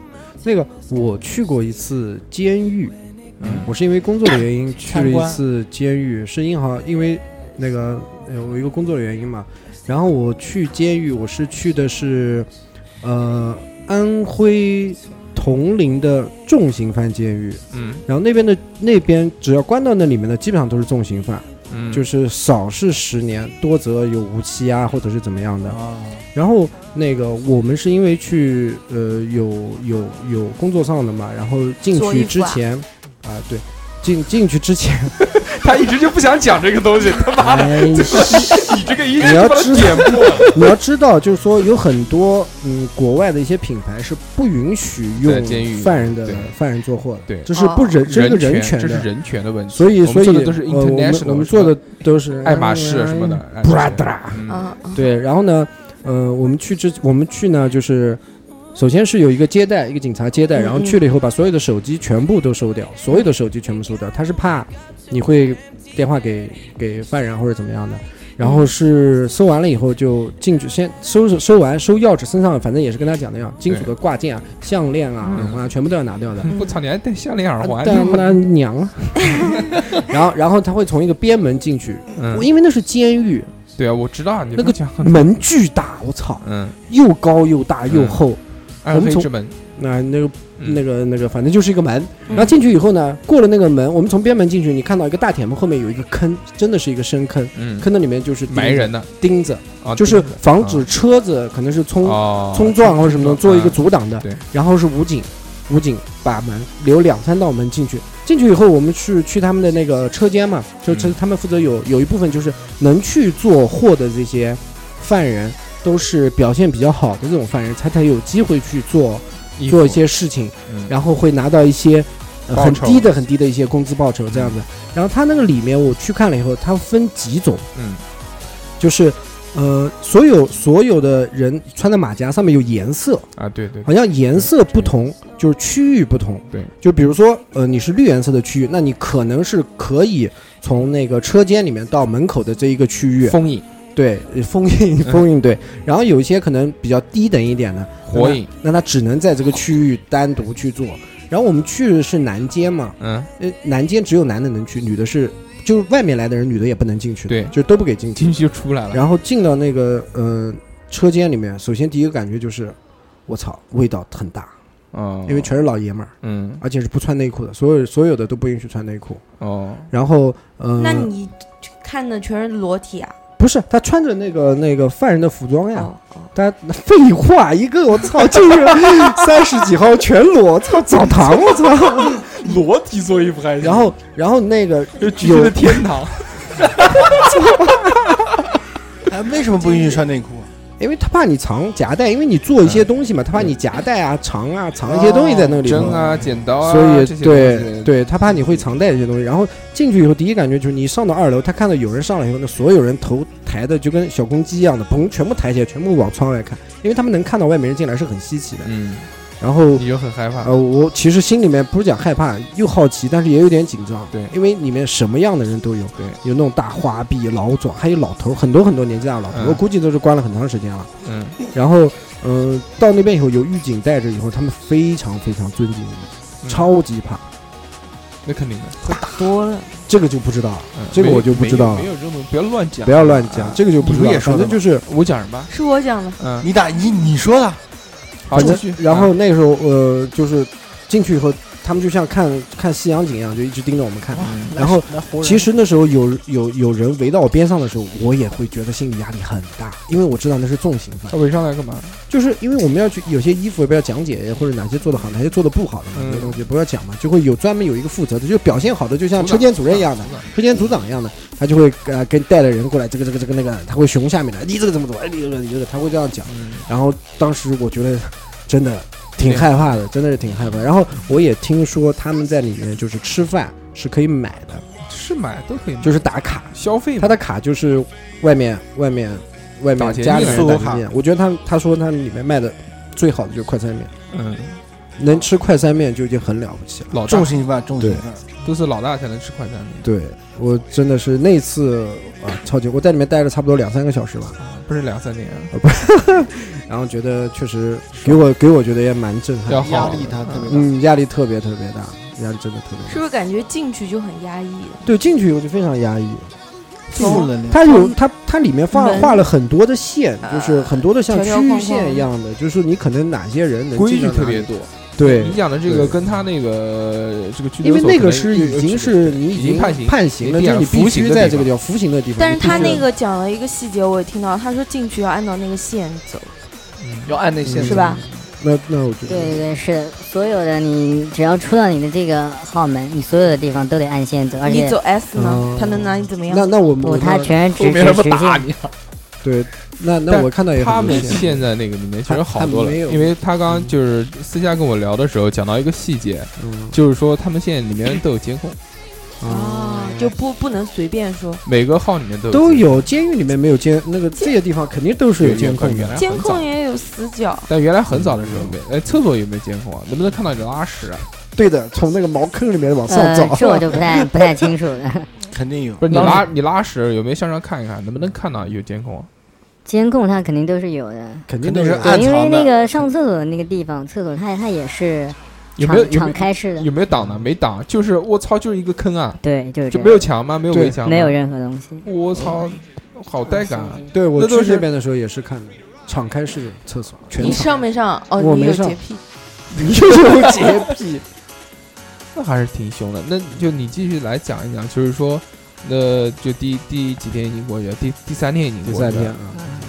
Speaker 5: 那个我去过一次监狱，
Speaker 1: 嗯
Speaker 5: 我是因为工作的原因去了
Speaker 6: 参
Speaker 5: 一
Speaker 6: 观
Speaker 5: 次监狱，是因好因为那个呃我一个工作的原因嘛，然后我去监狱，我是去的是呃安徽铜陵的重刑犯监狱，
Speaker 1: 嗯
Speaker 5: 然后那边的那边只要关到那里面的，基本上都是重刑犯，
Speaker 1: 嗯
Speaker 5: 就是是少是十年，多则有无期啊或者是怎么样的，
Speaker 1: 嗯
Speaker 6: 啊，
Speaker 5: 然后那个我们是因为去呃有有有工作上的嘛，然后进
Speaker 2: 做
Speaker 5: 去
Speaker 2: 衣
Speaker 5: 之
Speaker 2: 服啊
Speaker 5: 前啊、对，进进去之前，
Speaker 1: 他一直就不想讲这个东西，他妈的，
Speaker 5: 哎
Speaker 1: 你这个一
Speaker 5: 你
Speaker 1: 直
Speaker 5: 要
Speaker 1: 把
Speaker 5: 知
Speaker 1: 他点破。
Speaker 5: 你要知道，就是说有很多嗯国外的一些品牌是不允许
Speaker 1: 在
Speaker 5: 用
Speaker 1: 监狱
Speaker 5: 犯人的
Speaker 1: 对
Speaker 5: 犯人做货的，
Speaker 1: 对
Speaker 5: 这是不
Speaker 1: 哦
Speaker 5: 人、这是个人
Speaker 1: 人
Speaker 5: 权
Speaker 1: 这是
Speaker 5: 的，
Speaker 1: 人权的问题。
Speaker 5: 所以
Speaker 1: 我
Speaker 5: 所
Speaker 1: 们
Speaker 5: 以
Speaker 1: 做的都是
Speaker 5: 呃我们
Speaker 1: international，
Speaker 5: 我们
Speaker 1: 是吧
Speaker 5: 做的都是
Speaker 1: 爱马仕什么的，哎
Speaker 5: 布拉德拉。
Speaker 1: 嗯
Speaker 2: 嗯嗯，
Speaker 5: 对，然后呢，呃，我们去之我们去呢，就是首先是有一个接待，一个警察接待，
Speaker 2: 嗯
Speaker 5: 然后
Speaker 2: 嗯
Speaker 5: 去了以后把所有的手机全部都收掉，所有的手机全部收掉，他是怕你会电话给给犯人或者怎么样的。然后是搜完了以后就进去，先收拾收完收钥匙，身上反正也是跟他讲的一样，金属的挂件啊、项链啊、
Speaker 2: 嗯
Speaker 5: 耳环啊，全部都要拿掉的。
Speaker 1: 嗯
Speaker 5: 啊
Speaker 1: 我操，你还戴项链耳环？
Speaker 5: 但那娘 啊，然后然后他会从一个边门进去，
Speaker 1: 嗯
Speaker 5: 我，因为那是监狱，
Speaker 1: 对啊，我知道你
Speaker 5: 那
Speaker 1: 不
Speaker 5: 个
Speaker 1: 讲。
Speaker 5: 门巨大，我操，
Speaker 1: 嗯，
Speaker 5: 又高又大又厚，
Speaker 1: 暗
Speaker 5: 我们
Speaker 1: 黑
Speaker 5: 从
Speaker 1: 之门，
Speaker 5: 嗯那那个
Speaker 1: 嗯
Speaker 5: 那个那个，反正就是一个门。
Speaker 1: 嗯
Speaker 5: 然后进去以后呢，过了那个门，我们从边门进去，你看到一个大铁门后面有一个坑，真的是一个深坑，
Speaker 1: 嗯，
Speaker 5: 坑那里面就是钉子
Speaker 1: 埋人的
Speaker 5: 钉子，
Speaker 1: 啊，
Speaker 5: 就是
Speaker 1: 对
Speaker 5: 防止车子可能是冲
Speaker 1: 哦嗯
Speaker 5: 冲撞或者什么的做一个阻挡的
Speaker 1: 对。
Speaker 5: 然后是武警，武警把门留两三道门进去。进去以后，我们去去他们的那个车间嘛，就
Speaker 1: 嗯
Speaker 5: 是他们负责有有一部分就是能去做货的这些犯人，都是表现比较好的这种犯人，他才有机会去做
Speaker 1: 衣服
Speaker 5: 做一些事情，
Speaker 1: 嗯
Speaker 5: 然后会拿到一些、呃
Speaker 1: 报
Speaker 5: 很
Speaker 1: 酬
Speaker 5: 低的很低的一些工资报酬这样子。然后他那个里面我去看了以后，它分几种，
Speaker 1: 嗯，
Speaker 5: 就是呃所有所有的人穿的马甲上面有颜色，
Speaker 1: 啊，对对，
Speaker 5: 好像颜色不同就是区域不同，
Speaker 1: 对，
Speaker 5: 就比如说呃你是绿颜色的区域，那你可能是可以从那个车间里面到门口的这一个区域，
Speaker 1: 封嗯印、
Speaker 5: 对，呃封印封印对，然后有一些可能比较低等一点的，
Speaker 1: 火影，
Speaker 5: 那他只能在这个区域单独去做。然后我们去的是南街嘛，
Speaker 1: 嗯，
Speaker 5: 呃，南街只有男的能去，女的是就是外面来的人，女的也不能进去的，
Speaker 1: 对
Speaker 5: 就都不给进去。
Speaker 1: 进去就出来了，
Speaker 5: 然后进到那个呃车间里面，首先第一个感觉就是，我操，味道很大，
Speaker 1: 哦，
Speaker 5: 因为全是老爷们儿，
Speaker 1: 嗯
Speaker 5: 而且是不穿内裤的，所有所有的都不允许穿内裤。
Speaker 1: 哦，
Speaker 5: 然后呃，
Speaker 2: 那你看的全是裸体啊？
Speaker 5: 不是他穿着那个那个犯人的服装呀？
Speaker 2: 哦哦，
Speaker 5: 他废话一个，我操，就是三十几号全裸，我操澡堂，我操。
Speaker 1: 裸体做衣服还
Speaker 5: 然后，然后那个
Speaker 1: 就居
Speaker 5: 有
Speaker 1: 的天堂，
Speaker 6: 哎，为什么不允许穿内裤啊？
Speaker 5: 因为他怕你藏夹带，因为你做一
Speaker 1: 嗯
Speaker 5: 些东西嘛，他怕你夹带啊、藏啊、藏一些
Speaker 2: 哦
Speaker 5: 东西在那个里
Speaker 1: 针
Speaker 5: 头，
Speaker 1: 啊、剪刀啊，
Speaker 5: 所以
Speaker 1: 这些东
Speaker 5: 对
Speaker 1: 西，嗯
Speaker 5: 对，他怕你会藏带这些东西。然后进去以后，第一感觉就是你上到二楼，他看到有人上来以后，那所有人头抬的就跟小公鸡一样的，砰，全部抬起来，全部往窗外看，因为他们能看到外面人进来是很稀奇的。
Speaker 1: 嗯，
Speaker 5: 然后
Speaker 1: 你就很害怕，
Speaker 5: 呃，我其实心里面不是讲害怕，又好奇，但是也有点紧张。
Speaker 1: 对
Speaker 5: 因为里面什么样的人都有，
Speaker 1: 对，
Speaker 5: 有那种大花臂、老总，还有老头儿，很多很多年纪大的老头儿，
Speaker 1: 嗯
Speaker 5: 我估计都是关了很长时间了。
Speaker 1: 嗯，
Speaker 5: 然后，嗯、到那边以后有狱警带着以后，他们非常非常尊敬你，
Speaker 1: 嗯
Speaker 5: 超级怕。
Speaker 1: 那肯定的，
Speaker 2: 多了，
Speaker 5: 这个就不知道了，
Speaker 1: 嗯
Speaker 5: 这个
Speaker 1: 没
Speaker 5: 我就不知道了
Speaker 1: 没有没有这种，不要乱讲，
Speaker 5: 不要乱讲，
Speaker 1: 啊
Speaker 5: 这个就不知
Speaker 6: 你
Speaker 5: 道
Speaker 6: 不
Speaker 5: 了。
Speaker 6: 也说
Speaker 5: 反
Speaker 6: 了吗
Speaker 5: 正就是，
Speaker 1: 我讲什么？
Speaker 2: 是我讲的，
Speaker 1: 嗯，
Speaker 6: 你打你你说的，啊
Speaker 1: 好，继
Speaker 5: 反正
Speaker 1: 续，
Speaker 5: 啊然后那个时候，呃，就是进去以后，他们就像看看西洋景一样，就一直盯着我们看。
Speaker 6: 来
Speaker 5: 然后
Speaker 6: 来活人
Speaker 5: 其实那时候有有有人围到我边上的时候，我也会觉得心理压力很大，因为我知道那是重刑犯
Speaker 6: 嗯
Speaker 1: 他，围上来干嘛？
Speaker 5: 就是因为我们要去有些衣服也不要讲解，或者哪些做的好，哪些做的不好的嘛，
Speaker 1: 嗯
Speaker 5: 这些东西不要讲嘛，就会有专门有一个负责的，就表现好的，就像车间主任一样
Speaker 6: 啊
Speaker 5: 的，车间组长一样的，他就会呃跟带着人过来，这个这个这个那个，他会熊下面的，你这个怎么做，哎你这个你这个，他会这样讲。
Speaker 1: 嗯
Speaker 5: 然后当时我觉得真的挺害怕的，真的是挺害怕。然后我也听说他们在里面就是吃饭是可以买的，
Speaker 1: 是买都可以买，
Speaker 5: 就是打卡，
Speaker 1: 消费嘛
Speaker 5: 他的卡就是外面外面外
Speaker 1: 打
Speaker 5: 面
Speaker 1: 劫
Speaker 5: 家里
Speaker 1: 面
Speaker 5: 人
Speaker 6: 搜
Speaker 5: 打
Speaker 6: 卡
Speaker 5: 劫面。我觉得他他说他里面卖的最好的就是快餐面，
Speaker 1: 嗯，
Speaker 5: 能吃快餐面就已经很了不起了。
Speaker 1: 老大
Speaker 6: 重刑犯，重刑犯，
Speaker 1: 都是老大才能吃快餐面，
Speaker 5: 对我真的是那次啊，超级我在里面待了差不多两三个小时吧，
Speaker 1: 不是两三年啊，
Speaker 5: 然后觉得确实给我给我觉得也蛮震撼
Speaker 1: 要
Speaker 5: 的，
Speaker 1: 好
Speaker 6: 压力他特别大。
Speaker 5: 嗯，压力特别特别大，压力真的特别
Speaker 2: 是
Speaker 5: 大。
Speaker 2: 不是感觉进去就很压抑？
Speaker 5: 对，进去以后就非常压抑。
Speaker 6: 负能量，
Speaker 5: 它有它它里面画
Speaker 2: 门呃
Speaker 5: 画了很多的线，就是很多的像
Speaker 2: 条条
Speaker 5: 区
Speaker 2: 框
Speaker 5: 域
Speaker 2: 框
Speaker 5: 线一样的，就是你可能哪些人能
Speaker 1: 规
Speaker 5: 进
Speaker 1: 矩
Speaker 5: 到
Speaker 1: 特
Speaker 5: 哪
Speaker 1: 别
Speaker 5: 里
Speaker 1: 多。
Speaker 5: 对
Speaker 1: 你，讲的这个
Speaker 5: 对
Speaker 1: 跟他那个这个拘
Speaker 5: 因
Speaker 1: 留
Speaker 5: 为
Speaker 1: 所可能有，
Speaker 5: 那个是已经是你
Speaker 1: 已经判
Speaker 5: 判
Speaker 1: 刑
Speaker 5: 刑了，
Speaker 1: 你
Speaker 5: 就是你
Speaker 1: 必须
Speaker 5: 必须
Speaker 1: 服刑的
Speaker 5: 在
Speaker 1: 地
Speaker 5: 这个
Speaker 1: 方
Speaker 5: 叫服刑的地方。
Speaker 2: 但是
Speaker 5: 你必须
Speaker 2: 他那个讲了一个细节，我也听到，他说进去要按照那个线走，
Speaker 4: 要按那线
Speaker 5: 嗯
Speaker 2: 是吧？
Speaker 5: 那那我觉
Speaker 8: 对对
Speaker 5: 得
Speaker 8: 对，是所有的你只要出到你的这个号门，你所有的地方都得按线走，而
Speaker 2: 你
Speaker 8: 且
Speaker 2: 走 S 呢
Speaker 5: 嗯，
Speaker 2: 他能拿你怎么样？
Speaker 5: 那那我们
Speaker 8: 不，他全是
Speaker 4: 后
Speaker 8: 直
Speaker 4: 面
Speaker 8: 直
Speaker 4: 人不
Speaker 8: 直
Speaker 4: 打
Speaker 8: 线。
Speaker 4: 你，
Speaker 5: 对那那
Speaker 1: 但
Speaker 5: 我看到也
Speaker 1: 他
Speaker 5: 很危
Speaker 1: 们
Speaker 5: 险。
Speaker 1: 现在那个里面确实好多
Speaker 5: 他他
Speaker 1: 了，
Speaker 5: 没有
Speaker 1: 因为他刚刚就是私下跟我聊的时候讲到一个细节，
Speaker 5: 嗯
Speaker 1: 就是说他们现在里面都有监控，
Speaker 2: 啊，就不不能随便说。
Speaker 1: 每个号里面都有
Speaker 5: 都
Speaker 1: 监控
Speaker 5: 有监狱里面没有监那个这些地方肯定都是有监控
Speaker 1: 原来
Speaker 5: 的。
Speaker 1: 哎很
Speaker 2: 监控
Speaker 1: 早。
Speaker 2: 也有死角，
Speaker 1: 但原来很早的时候没，哎，厕所有没有监控啊？能不能看到你拉屎啊？
Speaker 5: 对的，从那个茅坑里面往上
Speaker 8: 呃
Speaker 5: 找，。
Speaker 8: 这我就不太不太清 楚了。
Speaker 6: 肯定有
Speaker 1: 不是你
Speaker 4: 当
Speaker 1: 拉你拉屎有没有向上看一看？能不能看到有监控啊？
Speaker 8: 监控它肯定都是有的，
Speaker 5: 肯
Speaker 6: 肯定
Speaker 5: 定都
Speaker 6: 是
Speaker 5: 是啊
Speaker 6: 暗
Speaker 8: 对，因为
Speaker 6: 藏的
Speaker 8: 那个上厕所的那个地方，厕所它它也是
Speaker 1: 有没有
Speaker 8: 敞
Speaker 1: 有没
Speaker 8: 敞
Speaker 1: 有
Speaker 8: 开式的，
Speaker 1: 有没有挡呢？没挡，啊就是我操，就是一个坑啊，
Speaker 8: 对，就是
Speaker 1: 就
Speaker 8: 这
Speaker 5: 嗯
Speaker 8: 样
Speaker 1: 没有墙吗？没有围墙吗？
Speaker 8: 没有任何东西。
Speaker 1: 我操，好带感啊！
Speaker 5: 对我
Speaker 1: 那都
Speaker 5: 去
Speaker 1: 是
Speaker 5: 那边的时候也是看的，敞开式的厕所，全
Speaker 2: 你上
Speaker 5: 敞开。
Speaker 2: 没上？哦，
Speaker 5: 我
Speaker 2: 你
Speaker 5: 没
Speaker 2: 有
Speaker 5: 上
Speaker 2: 洁癖，
Speaker 5: 你有洁癖，
Speaker 1: 那还是挺凶的。那就你继续来讲一讲，就是说，那就第第几天已经过去了，第第三天已经
Speaker 5: 第
Speaker 1: 过
Speaker 5: 三
Speaker 1: 去
Speaker 5: 天
Speaker 1: 了。
Speaker 5: 啊，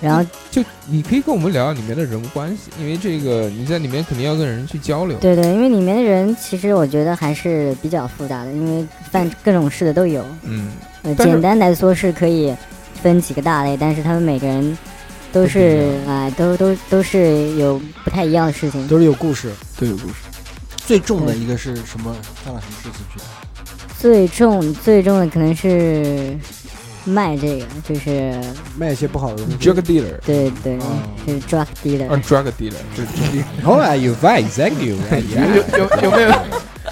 Speaker 8: 然后
Speaker 1: 就你可以跟我们聊聊里面的人物关系，因为这个你在里面肯定要跟人去交流。
Speaker 8: 对对，因为里面的人其实我觉得还是比较复杂的，因为犯各种事的都有。
Speaker 1: 嗯，
Speaker 8: 呃，
Speaker 1: 但是
Speaker 8: 简单来说是可以分几个大类，但是他们每个人都是啊、都都都是有不太一样的事情。
Speaker 5: 都是有故事。
Speaker 4: 都有故事。
Speaker 6: 最重的一个是什么？干了什么事情去？
Speaker 8: 最重最重的可能是卖这个，就是
Speaker 5: 卖一些不好的东
Speaker 8: 嗯
Speaker 5: 西。
Speaker 1: drug dealer
Speaker 8: 对对，就是 drug
Speaker 1: 啊
Speaker 8: dealer。
Speaker 1: ，drug dealer，就是这个
Speaker 5: How are you? Why exactly? Why?
Speaker 4: 有有有没有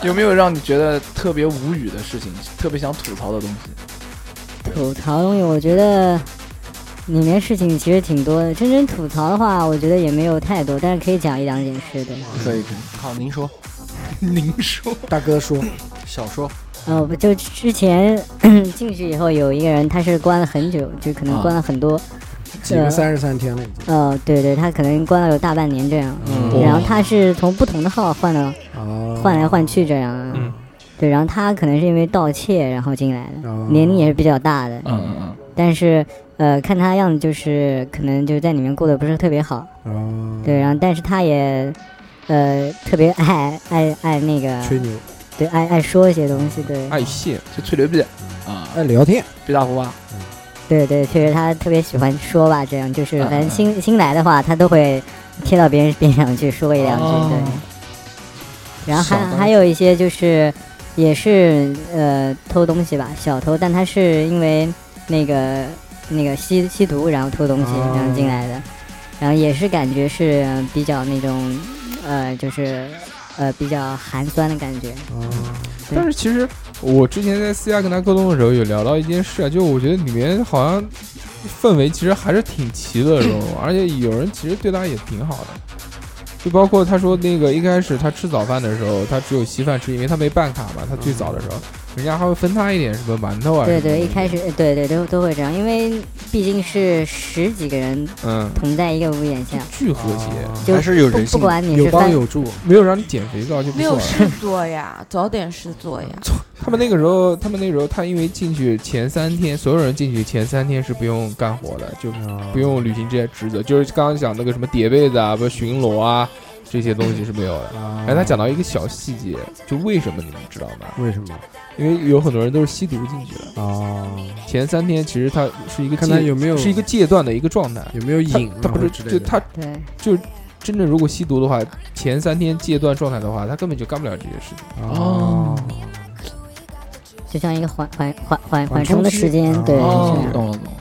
Speaker 4: 有没有让你觉得特别无语的事情，特别想吐槽的东西？
Speaker 8: 吐槽的东西，我觉得里面事情其实挺多的。真正吐槽的话，我觉得也没有太多，但是可以讲一两件事的。
Speaker 4: 可以可以。
Speaker 6: 好，您说，
Speaker 4: 您说，
Speaker 5: 大哥说，
Speaker 6: 小说
Speaker 8: 呃，不就之前 进去以后有一个人，他是关了很久，就
Speaker 1: 啊
Speaker 8: 可能关了很多，
Speaker 5: 几个三十三天了已经。
Speaker 8: 呃，对对，他可能关了有大半年这样。
Speaker 1: 哦
Speaker 8: 然后他是从不同的号换了
Speaker 5: 哦，
Speaker 8: 换来换去这样。啊
Speaker 1: 嗯
Speaker 8: 对，然后他可能是因为盗窃然后进来的，
Speaker 5: 哦
Speaker 8: 年龄也是比较大的，
Speaker 4: 嗯嗯嗯，
Speaker 8: 但是呃，看他样子就是可能就在里面过得不是特别好。
Speaker 5: 哦，
Speaker 8: 对，然后但是他也呃特别爱爱爱那个，
Speaker 5: 吹牛，
Speaker 8: 对，爱爱说一些东西，对。
Speaker 1: 爱谢，
Speaker 4: 就吹牛逼啊，
Speaker 5: 爱聊天，
Speaker 4: 逼大胡啊吧。
Speaker 8: 对对，确实他特别喜欢说吧，这样就是
Speaker 4: 嗯嗯
Speaker 8: 反正新新来的话，他都会贴到别人边上去说一两句，对。然后
Speaker 1: 哦小
Speaker 8: 还
Speaker 1: 东
Speaker 8: 还有一些就是也是呃偷东西吧，小偷，但他是因为那个那个吸吸毒，然后偷东西，然后进来的，然后也是感觉是比较那种呃就是呃比较寒酸的感觉，
Speaker 5: 哦
Speaker 1: 但是其实我之前在私下跟他沟通的时候，有聊到一件事啊，就我觉得里面好像氛围其实还是挺齐的，知道吗？而且有人其实对他也挺好的，就包括他说那个一开始他吃早饭的时候，他只有稀饭吃，因为他没办卡嘛，他最早的时候。人家还会分他一点什么馒头啊什
Speaker 8: 对
Speaker 1: 么的。
Speaker 8: 对，一开始呃对对都都会这样，因为毕竟是十几个人
Speaker 1: 嗯，
Speaker 8: 同在一个屋檐下，
Speaker 1: 巨和谐，
Speaker 8: 就
Speaker 6: 还是有人
Speaker 8: 不
Speaker 6: 性
Speaker 8: 不
Speaker 6: 的。
Speaker 8: 管你
Speaker 5: 哎有
Speaker 8: 是
Speaker 5: 帮
Speaker 8: 饭
Speaker 5: 有助。
Speaker 1: 没有让你捡肥皂就不
Speaker 2: 没
Speaker 1: 错
Speaker 2: 有
Speaker 1: 了。
Speaker 2: 事做 呀，找点事做呀。
Speaker 1: 他们那个时候，他们那个时候，他因为进去前三天，所有人进去前三天是不用干活的，就
Speaker 5: 啊
Speaker 1: 不用履行这些职责，就是刚刚讲那个什么叠被子啊，不是巡逻啊，这些东西是没有的。
Speaker 5: 啊
Speaker 1: 哎，他讲到一个小细节，就为什么你们知道吗？
Speaker 5: 为什么
Speaker 1: 因为有很多人都是吸毒进去的。
Speaker 5: 啊？
Speaker 1: 前三天其实他是一个
Speaker 5: 看他
Speaker 1: 戒，
Speaker 5: 有没有
Speaker 1: 是一个戒断的一个状态。
Speaker 5: 有没有
Speaker 1: 他
Speaker 5: 瘾，
Speaker 1: 他不
Speaker 5: 然
Speaker 1: 是
Speaker 5: 后之类
Speaker 1: 就
Speaker 5: 的
Speaker 1: 他
Speaker 8: 对
Speaker 1: 真正如果吸毒的话，前三天戒断状态的话，他根本就干不了这些事情。
Speaker 5: 哦，
Speaker 8: 就像一个缓缓缓缓
Speaker 5: 缓
Speaker 8: 缓
Speaker 5: 冲
Speaker 8: 冲的
Speaker 5: 期
Speaker 8: 时间，对，
Speaker 5: 哦
Speaker 8: 是这样
Speaker 4: 懂了懂了。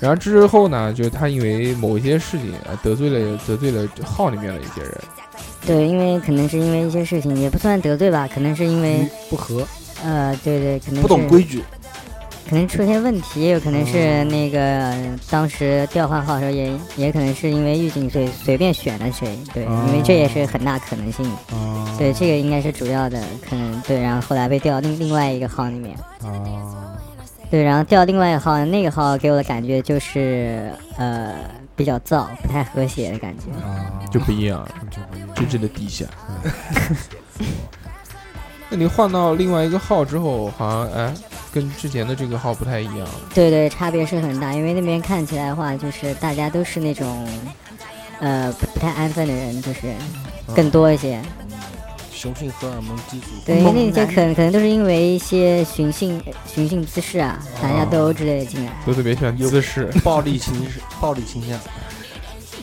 Speaker 1: 然后之后呢，就是他因为某一些事情啊，得罪了得罪了号里面的一些人，
Speaker 5: 哦
Speaker 8: 对，因为可能是因为一些事情，也不算得罪吧，可能是因为
Speaker 5: 不合
Speaker 8: 呃，对对，可能
Speaker 6: 不懂
Speaker 8: 是
Speaker 6: 规矩，
Speaker 8: 可能出现问题，也有可能是那个、当时调换号的时候也也可能是因为预警，所以随便选了谁，对，
Speaker 5: 哦
Speaker 8: 因为这也是很大可能性，
Speaker 5: 啊
Speaker 8: 对，这个应该是主要的可能，对，然后后来被调到另另外一个号里面，
Speaker 5: 啊，
Speaker 8: 对，然后调到另外一个号，那个号给我的感觉就是呃比较燥，不太和谐的感觉，
Speaker 1: 就不一样，
Speaker 5: 就不一样
Speaker 1: 真正的地 下。那你换到另外一个号之后，好像哎，跟之前的这个号不太一样了。
Speaker 8: 对对，差别是很大，因为那边看起来的话，就是大家都是那种，呃，不不太安分的人，就是
Speaker 6: 哦
Speaker 8: 更多一些。
Speaker 6: 雄性荷尔蒙激素。
Speaker 8: 对，因为那些
Speaker 2: 猛男
Speaker 8: 可能可能都是因为一些寻衅寻衅滋事啊、打架斗殴
Speaker 6: 哦
Speaker 8: 之类的进来。
Speaker 1: 都特别喜欢姿势，
Speaker 6: 暴力倾向，暴力倾向，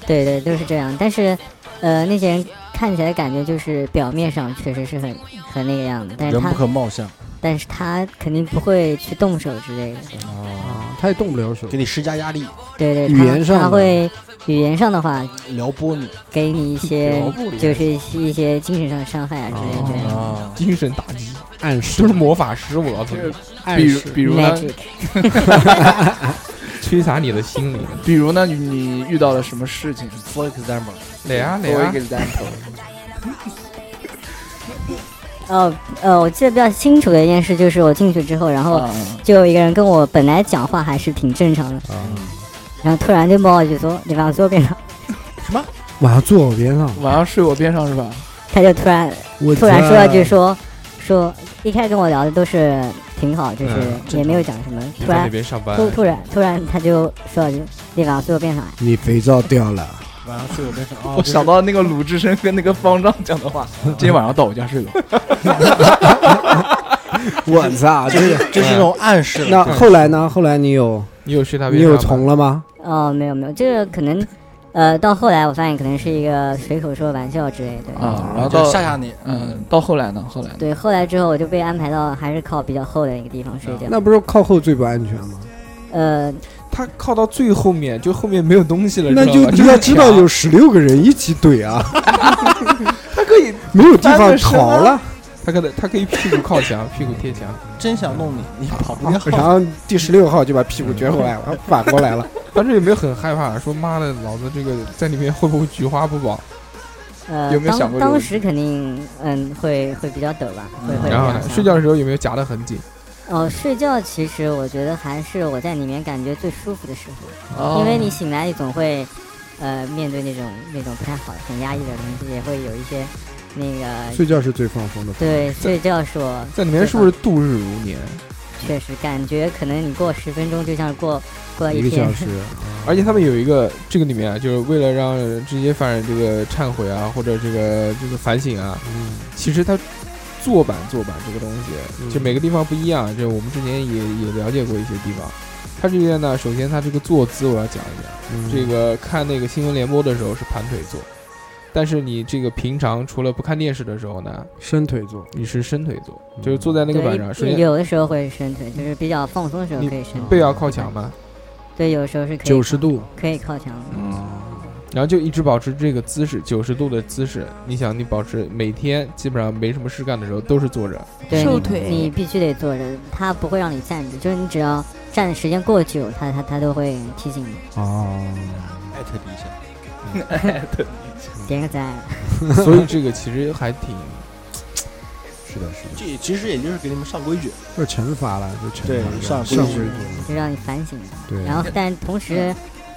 Speaker 8: 对对，都是这样。但是，呃，那些人看起来感觉就是表面上确实是很很那个样子，但是
Speaker 6: 人不
Speaker 8: 他
Speaker 6: 可貌相，
Speaker 8: 但是他肯定不会去动手之类的。
Speaker 5: 啊，他也动不了手
Speaker 6: 给，你施加压力，
Speaker 8: 对对，
Speaker 5: 语
Speaker 8: 他
Speaker 5: 言上
Speaker 8: 他
Speaker 5: 的
Speaker 8: 会语言上的话
Speaker 6: 撩拨你
Speaker 8: 给你一些
Speaker 1: 聊不了
Speaker 8: 就是一些一些精神上的伤害啊之类的这样。
Speaker 6: 啊！
Speaker 1: 精神打击，
Speaker 5: 暗示
Speaker 1: 都是魔法师，我告诉
Speaker 4: 这
Speaker 1: 你
Speaker 4: 个，
Speaker 5: 暗
Speaker 4: 比如
Speaker 5: 示
Speaker 4: 比如呢，
Speaker 8: Magic
Speaker 1: 摧残你的心灵。
Speaker 4: 比如呢，你遇到了什么事情？
Speaker 6: For example，
Speaker 1: 哪啊哪
Speaker 4: 做一
Speaker 1: 啊
Speaker 4: 个 example，
Speaker 8: 哦，呃，我记得比较清楚的一件事就是我进去之后，然后
Speaker 4: 啊嗯
Speaker 8: 就有一个人跟我本来讲话还是挺正常的，
Speaker 1: 啊
Speaker 8: 然后突然就抱我去说你往左边上，
Speaker 5: 晚上坐我边上，
Speaker 4: 晚上睡我边上是吧？
Speaker 8: 他就突然
Speaker 5: 我
Speaker 8: 突然说了句
Speaker 5: 在
Speaker 8: 说说一开始跟我聊的都是挺好，就是也没有讲什么，
Speaker 1: 你
Speaker 8: 突
Speaker 1: 在那
Speaker 8: 然
Speaker 1: 边嗯上班，
Speaker 8: 突突然突然他就说了句你往左边上来，
Speaker 5: 你肥皂 掉了，
Speaker 6: 晚上睡我边上啊，
Speaker 4: 我
Speaker 6: 就是
Speaker 4: 想到那个鲁智深跟那个方丈讲的话， 今天晚上到我家睡吧。
Speaker 5: 我操，这个。
Speaker 6: 这是一种暗示。
Speaker 5: 那后来呢？后来你有
Speaker 1: 你有睡他
Speaker 5: 你
Speaker 1: 边上
Speaker 5: 有
Speaker 1: 吗？
Speaker 5: 从了吗？
Speaker 8: 哦，没有没有，这个可能呃到后来我发现可能是一个随口说玩笑之类的。
Speaker 4: 啊，然后
Speaker 6: 就
Speaker 4: 到
Speaker 6: 吓吓你，
Speaker 4: 嗯，到后来呢？后来呢？
Speaker 8: 对，后来之后我就被安排到还是靠比较后的一个地方睡觉。
Speaker 5: 那不是靠后最不安全吗？
Speaker 8: 呃，
Speaker 1: 他靠到最后面，就后面没有东西了，
Speaker 5: 那
Speaker 1: 知道
Speaker 5: 就
Speaker 1: 吧
Speaker 5: 你要知道，有
Speaker 1: 就是
Speaker 5: 十六个人一起怼 啊，
Speaker 4: 他可以
Speaker 5: 没有地方逃了。
Speaker 1: 墙他可能他可以屁股靠墙，屁股贴墙，
Speaker 6: 真想弄你，你跑不掉。
Speaker 1: 啊
Speaker 5: 然后第十六号就把屁股撅回来了，反过 来了。
Speaker 1: 当时有没有很害怕？说妈的，老子这个在里面会不会菊花不保？
Speaker 8: 呃，
Speaker 4: 有没有想过这个问
Speaker 8: 当
Speaker 4: 题
Speaker 8: 当时肯定，嗯，会会比较抖吧，会会比较
Speaker 1: 然后呢，
Speaker 8: 想
Speaker 1: 睡觉的时候有没有夹得很紧？
Speaker 8: 哦，睡觉其实我觉得还是我在里面感觉最舒服的时候，
Speaker 4: 哦
Speaker 8: 因为你醒来你总会，呃，面对那种那种不太好的、很压抑的东西，也会有一些那个。
Speaker 5: 睡觉是最放松的。
Speaker 8: 对，睡觉是我
Speaker 1: 在里面是不是度日如年？
Speaker 8: 确实感觉可能你过十分钟就像过过了
Speaker 5: 一
Speaker 8: 一
Speaker 5: 个
Speaker 8: 天
Speaker 5: 小，时，
Speaker 1: 而且他们有一个这个里面啊，就是为了让这些犯人这个忏悔啊，或者这个这个反省啊，其实他坐板坐板这个东
Speaker 5: 嗯
Speaker 1: 西，就每个地方不一样。这我们之前也也了解过一些地方。他这边呢，首先他这个坐姿我要讲一讲。这
Speaker 5: 嗯
Speaker 1: 个看那个新闻联播的时候是盘腿坐，但是你这个平常除了不看电视的时候呢，
Speaker 5: 伸腿坐，
Speaker 1: 你是伸腿坐，
Speaker 5: 嗯
Speaker 1: 就是坐在那个板上，首
Speaker 8: 对，
Speaker 1: 先
Speaker 8: 有的时候会伸腿，就是比较放松的时候
Speaker 1: 你
Speaker 8: 可以伸腿。
Speaker 1: 背要靠墙嘛，
Speaker 8: 对，有时候是可以
Speaker 5: 九十
Speaker 8: 靠
Speaker 5: 度，
Speaker 8: 可以靠墙的。
Speaker 1: 然后就一直保持这个姿势，九十度的姿势。你想，你保持每天基本上没什么事干的时候都是坐着，
Speaker 8: 对
Speaker 2: 瘦
Speaker 8: 你
Speaker 2: 腿
Speaker 8: 你必须得坐着，它不会让你站着，就是你只要站的时间过久，它它它都会提醒你
Speaker 5: 哦
Speaker 6: 艾特你一下，
Speaker 8: 点个赞。
Speaker 1: 所以这个其实还挺
Speaker 9: 是的，是的，
Speaker 6: 这其实也就是给你们上规矩，
Speaker 9: 就是惩罚了，就惩罚
Speaker 6: 对
Speaker 9: 了
Speaker 6: 上
Speaker 9: 上
Speaker 6: 规矩
Speaker 9: 规
Speaker 8: 就让你反省。
Speaker 9: 对，
Speaker 8: 然后，但同时，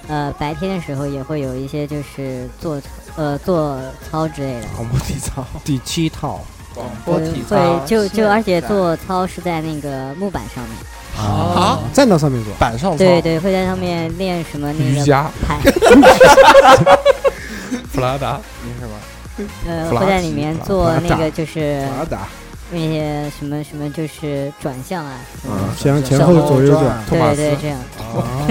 Speaker 8: 呃，白天的时候也会有一些就是做呃做操之类的，
Speaker 6: 广播体操。
Speaker 5: 第七套，
Speaker 4: 广播
Speaker 8: 会
Speaker 4: 体操
Speaker 8: 会就就
Speaker 4: 现
Speaker 8: 而且
Speaker 4: 在
Speaker 8: 做操是在那个木板上面，
Speaker 9: 啊，
Speaker 5: 站到上面做，
Speaker 6: 板上操，
Speaker 8: 对对，会在上面练什么
Speaker 1: 瑜
Speaker 8: 那个
Speaker 1: 伽、
Speaker 8: 排，
Speaker 1: 普拉达，
Speaker 6: 没事吧？
Speaker 8: 呃，
Speaker 1: 普拉
Speaker 8: 会在
Speaker 1: 提
Speaker 8: 里面
Speaker 1: 普拉
Speaker 8: 做
Speaker 9: 普拉
Speaker 8: 那
Speaker 9: 达
Speaker 8: 个就是
Speaker 9: 打打，
Speaker 8: 那些什么什么就是转向啊，
Speaker 9: 嗯，前前
Speaker 8: 向
Speaker 9: 后
Speaker 8: 后
Speaker 9: 左右转，
Speaker 8: 对
Speaker 1: 托马斯
Speaker 8: 对这样，
Speaker 1: 啊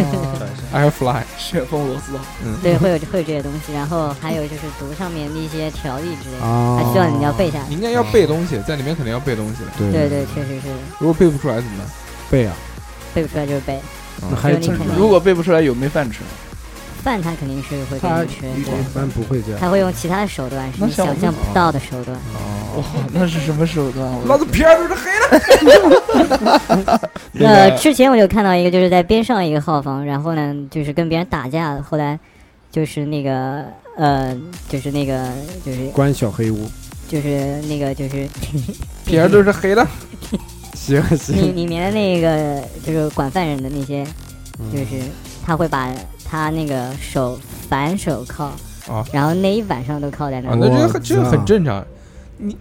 Speaker 1: Airfly，
Speaker 4: 旋风螺丝刀，
Speaker 6: 嗯
Speaker 8: 对会有会有这些东西，然后还有就是读上面的一些条例之类的，
Speaker 9: 啊，
Speaker 1: 哦
Speaker 8: 还需要你要背下来
Speaker 1: 你。应该要背东西，在里面肯定要背东西的。
Speaker 9: 对
Speaker 8: 对
Speaker 1: 嗯
Speaker 8: 对，确实是
Speaker 1: 如果背不出来怎么办？
Speaker 5: 背啊，
Speaker 8: 背不出来就是背，
Speaker 9: 那还有
Speaker 8: 就
Speaker 9: 这
Speaker 8: 你肯定
Speaker 4: 如果背不出来有没饭吃？
Speaker 8: 饭他肯定是会给
Speaker 9: 他
Speaker 8: 你吃，
Speaker 9: 一
Speaker 8: 对。
Speaker 9: 般不会这样，
Speaker 8: 他会用其他的手段，是
Speaker 4: 那
Speaker 8: 你
Speaker 4: 像我
Speaker 8: 想
Speaker 4: 们
Speaker 8: 象不到的手段。
Speaker 4: 哇，那是什么手段？
Speaker 1: 老子皮儿都是黑的。
Speaker 8: 呃，之前我就看到一个，就是在边上一个号房，然后呢，就是跟别人打架，后来就是那个呃，就是那个就是
Speaker 5: 关小黑屋，
Speaker 8: 就是那个就是
Speaker 1: 皮儿都是黑的，
Speaker 5: 行
Speaker 8: 里
Speaker 5: 行，
Speaker 8: 里面的那个就是管犯人的那些，
Speaker 5: 嗯
Speaker 8: 就是他会把他那个手反手铐
Speaker 1: 啊，
Speaker 8: 然后那一晚上都铐在那
Speaker 1: 啊，
Speaker 8: 儿。
Speaker 1: 那这个
Speaker 9: 我
Speaker 1: 很这个
Speaker 9: 操
Speaker 1: 很正常。你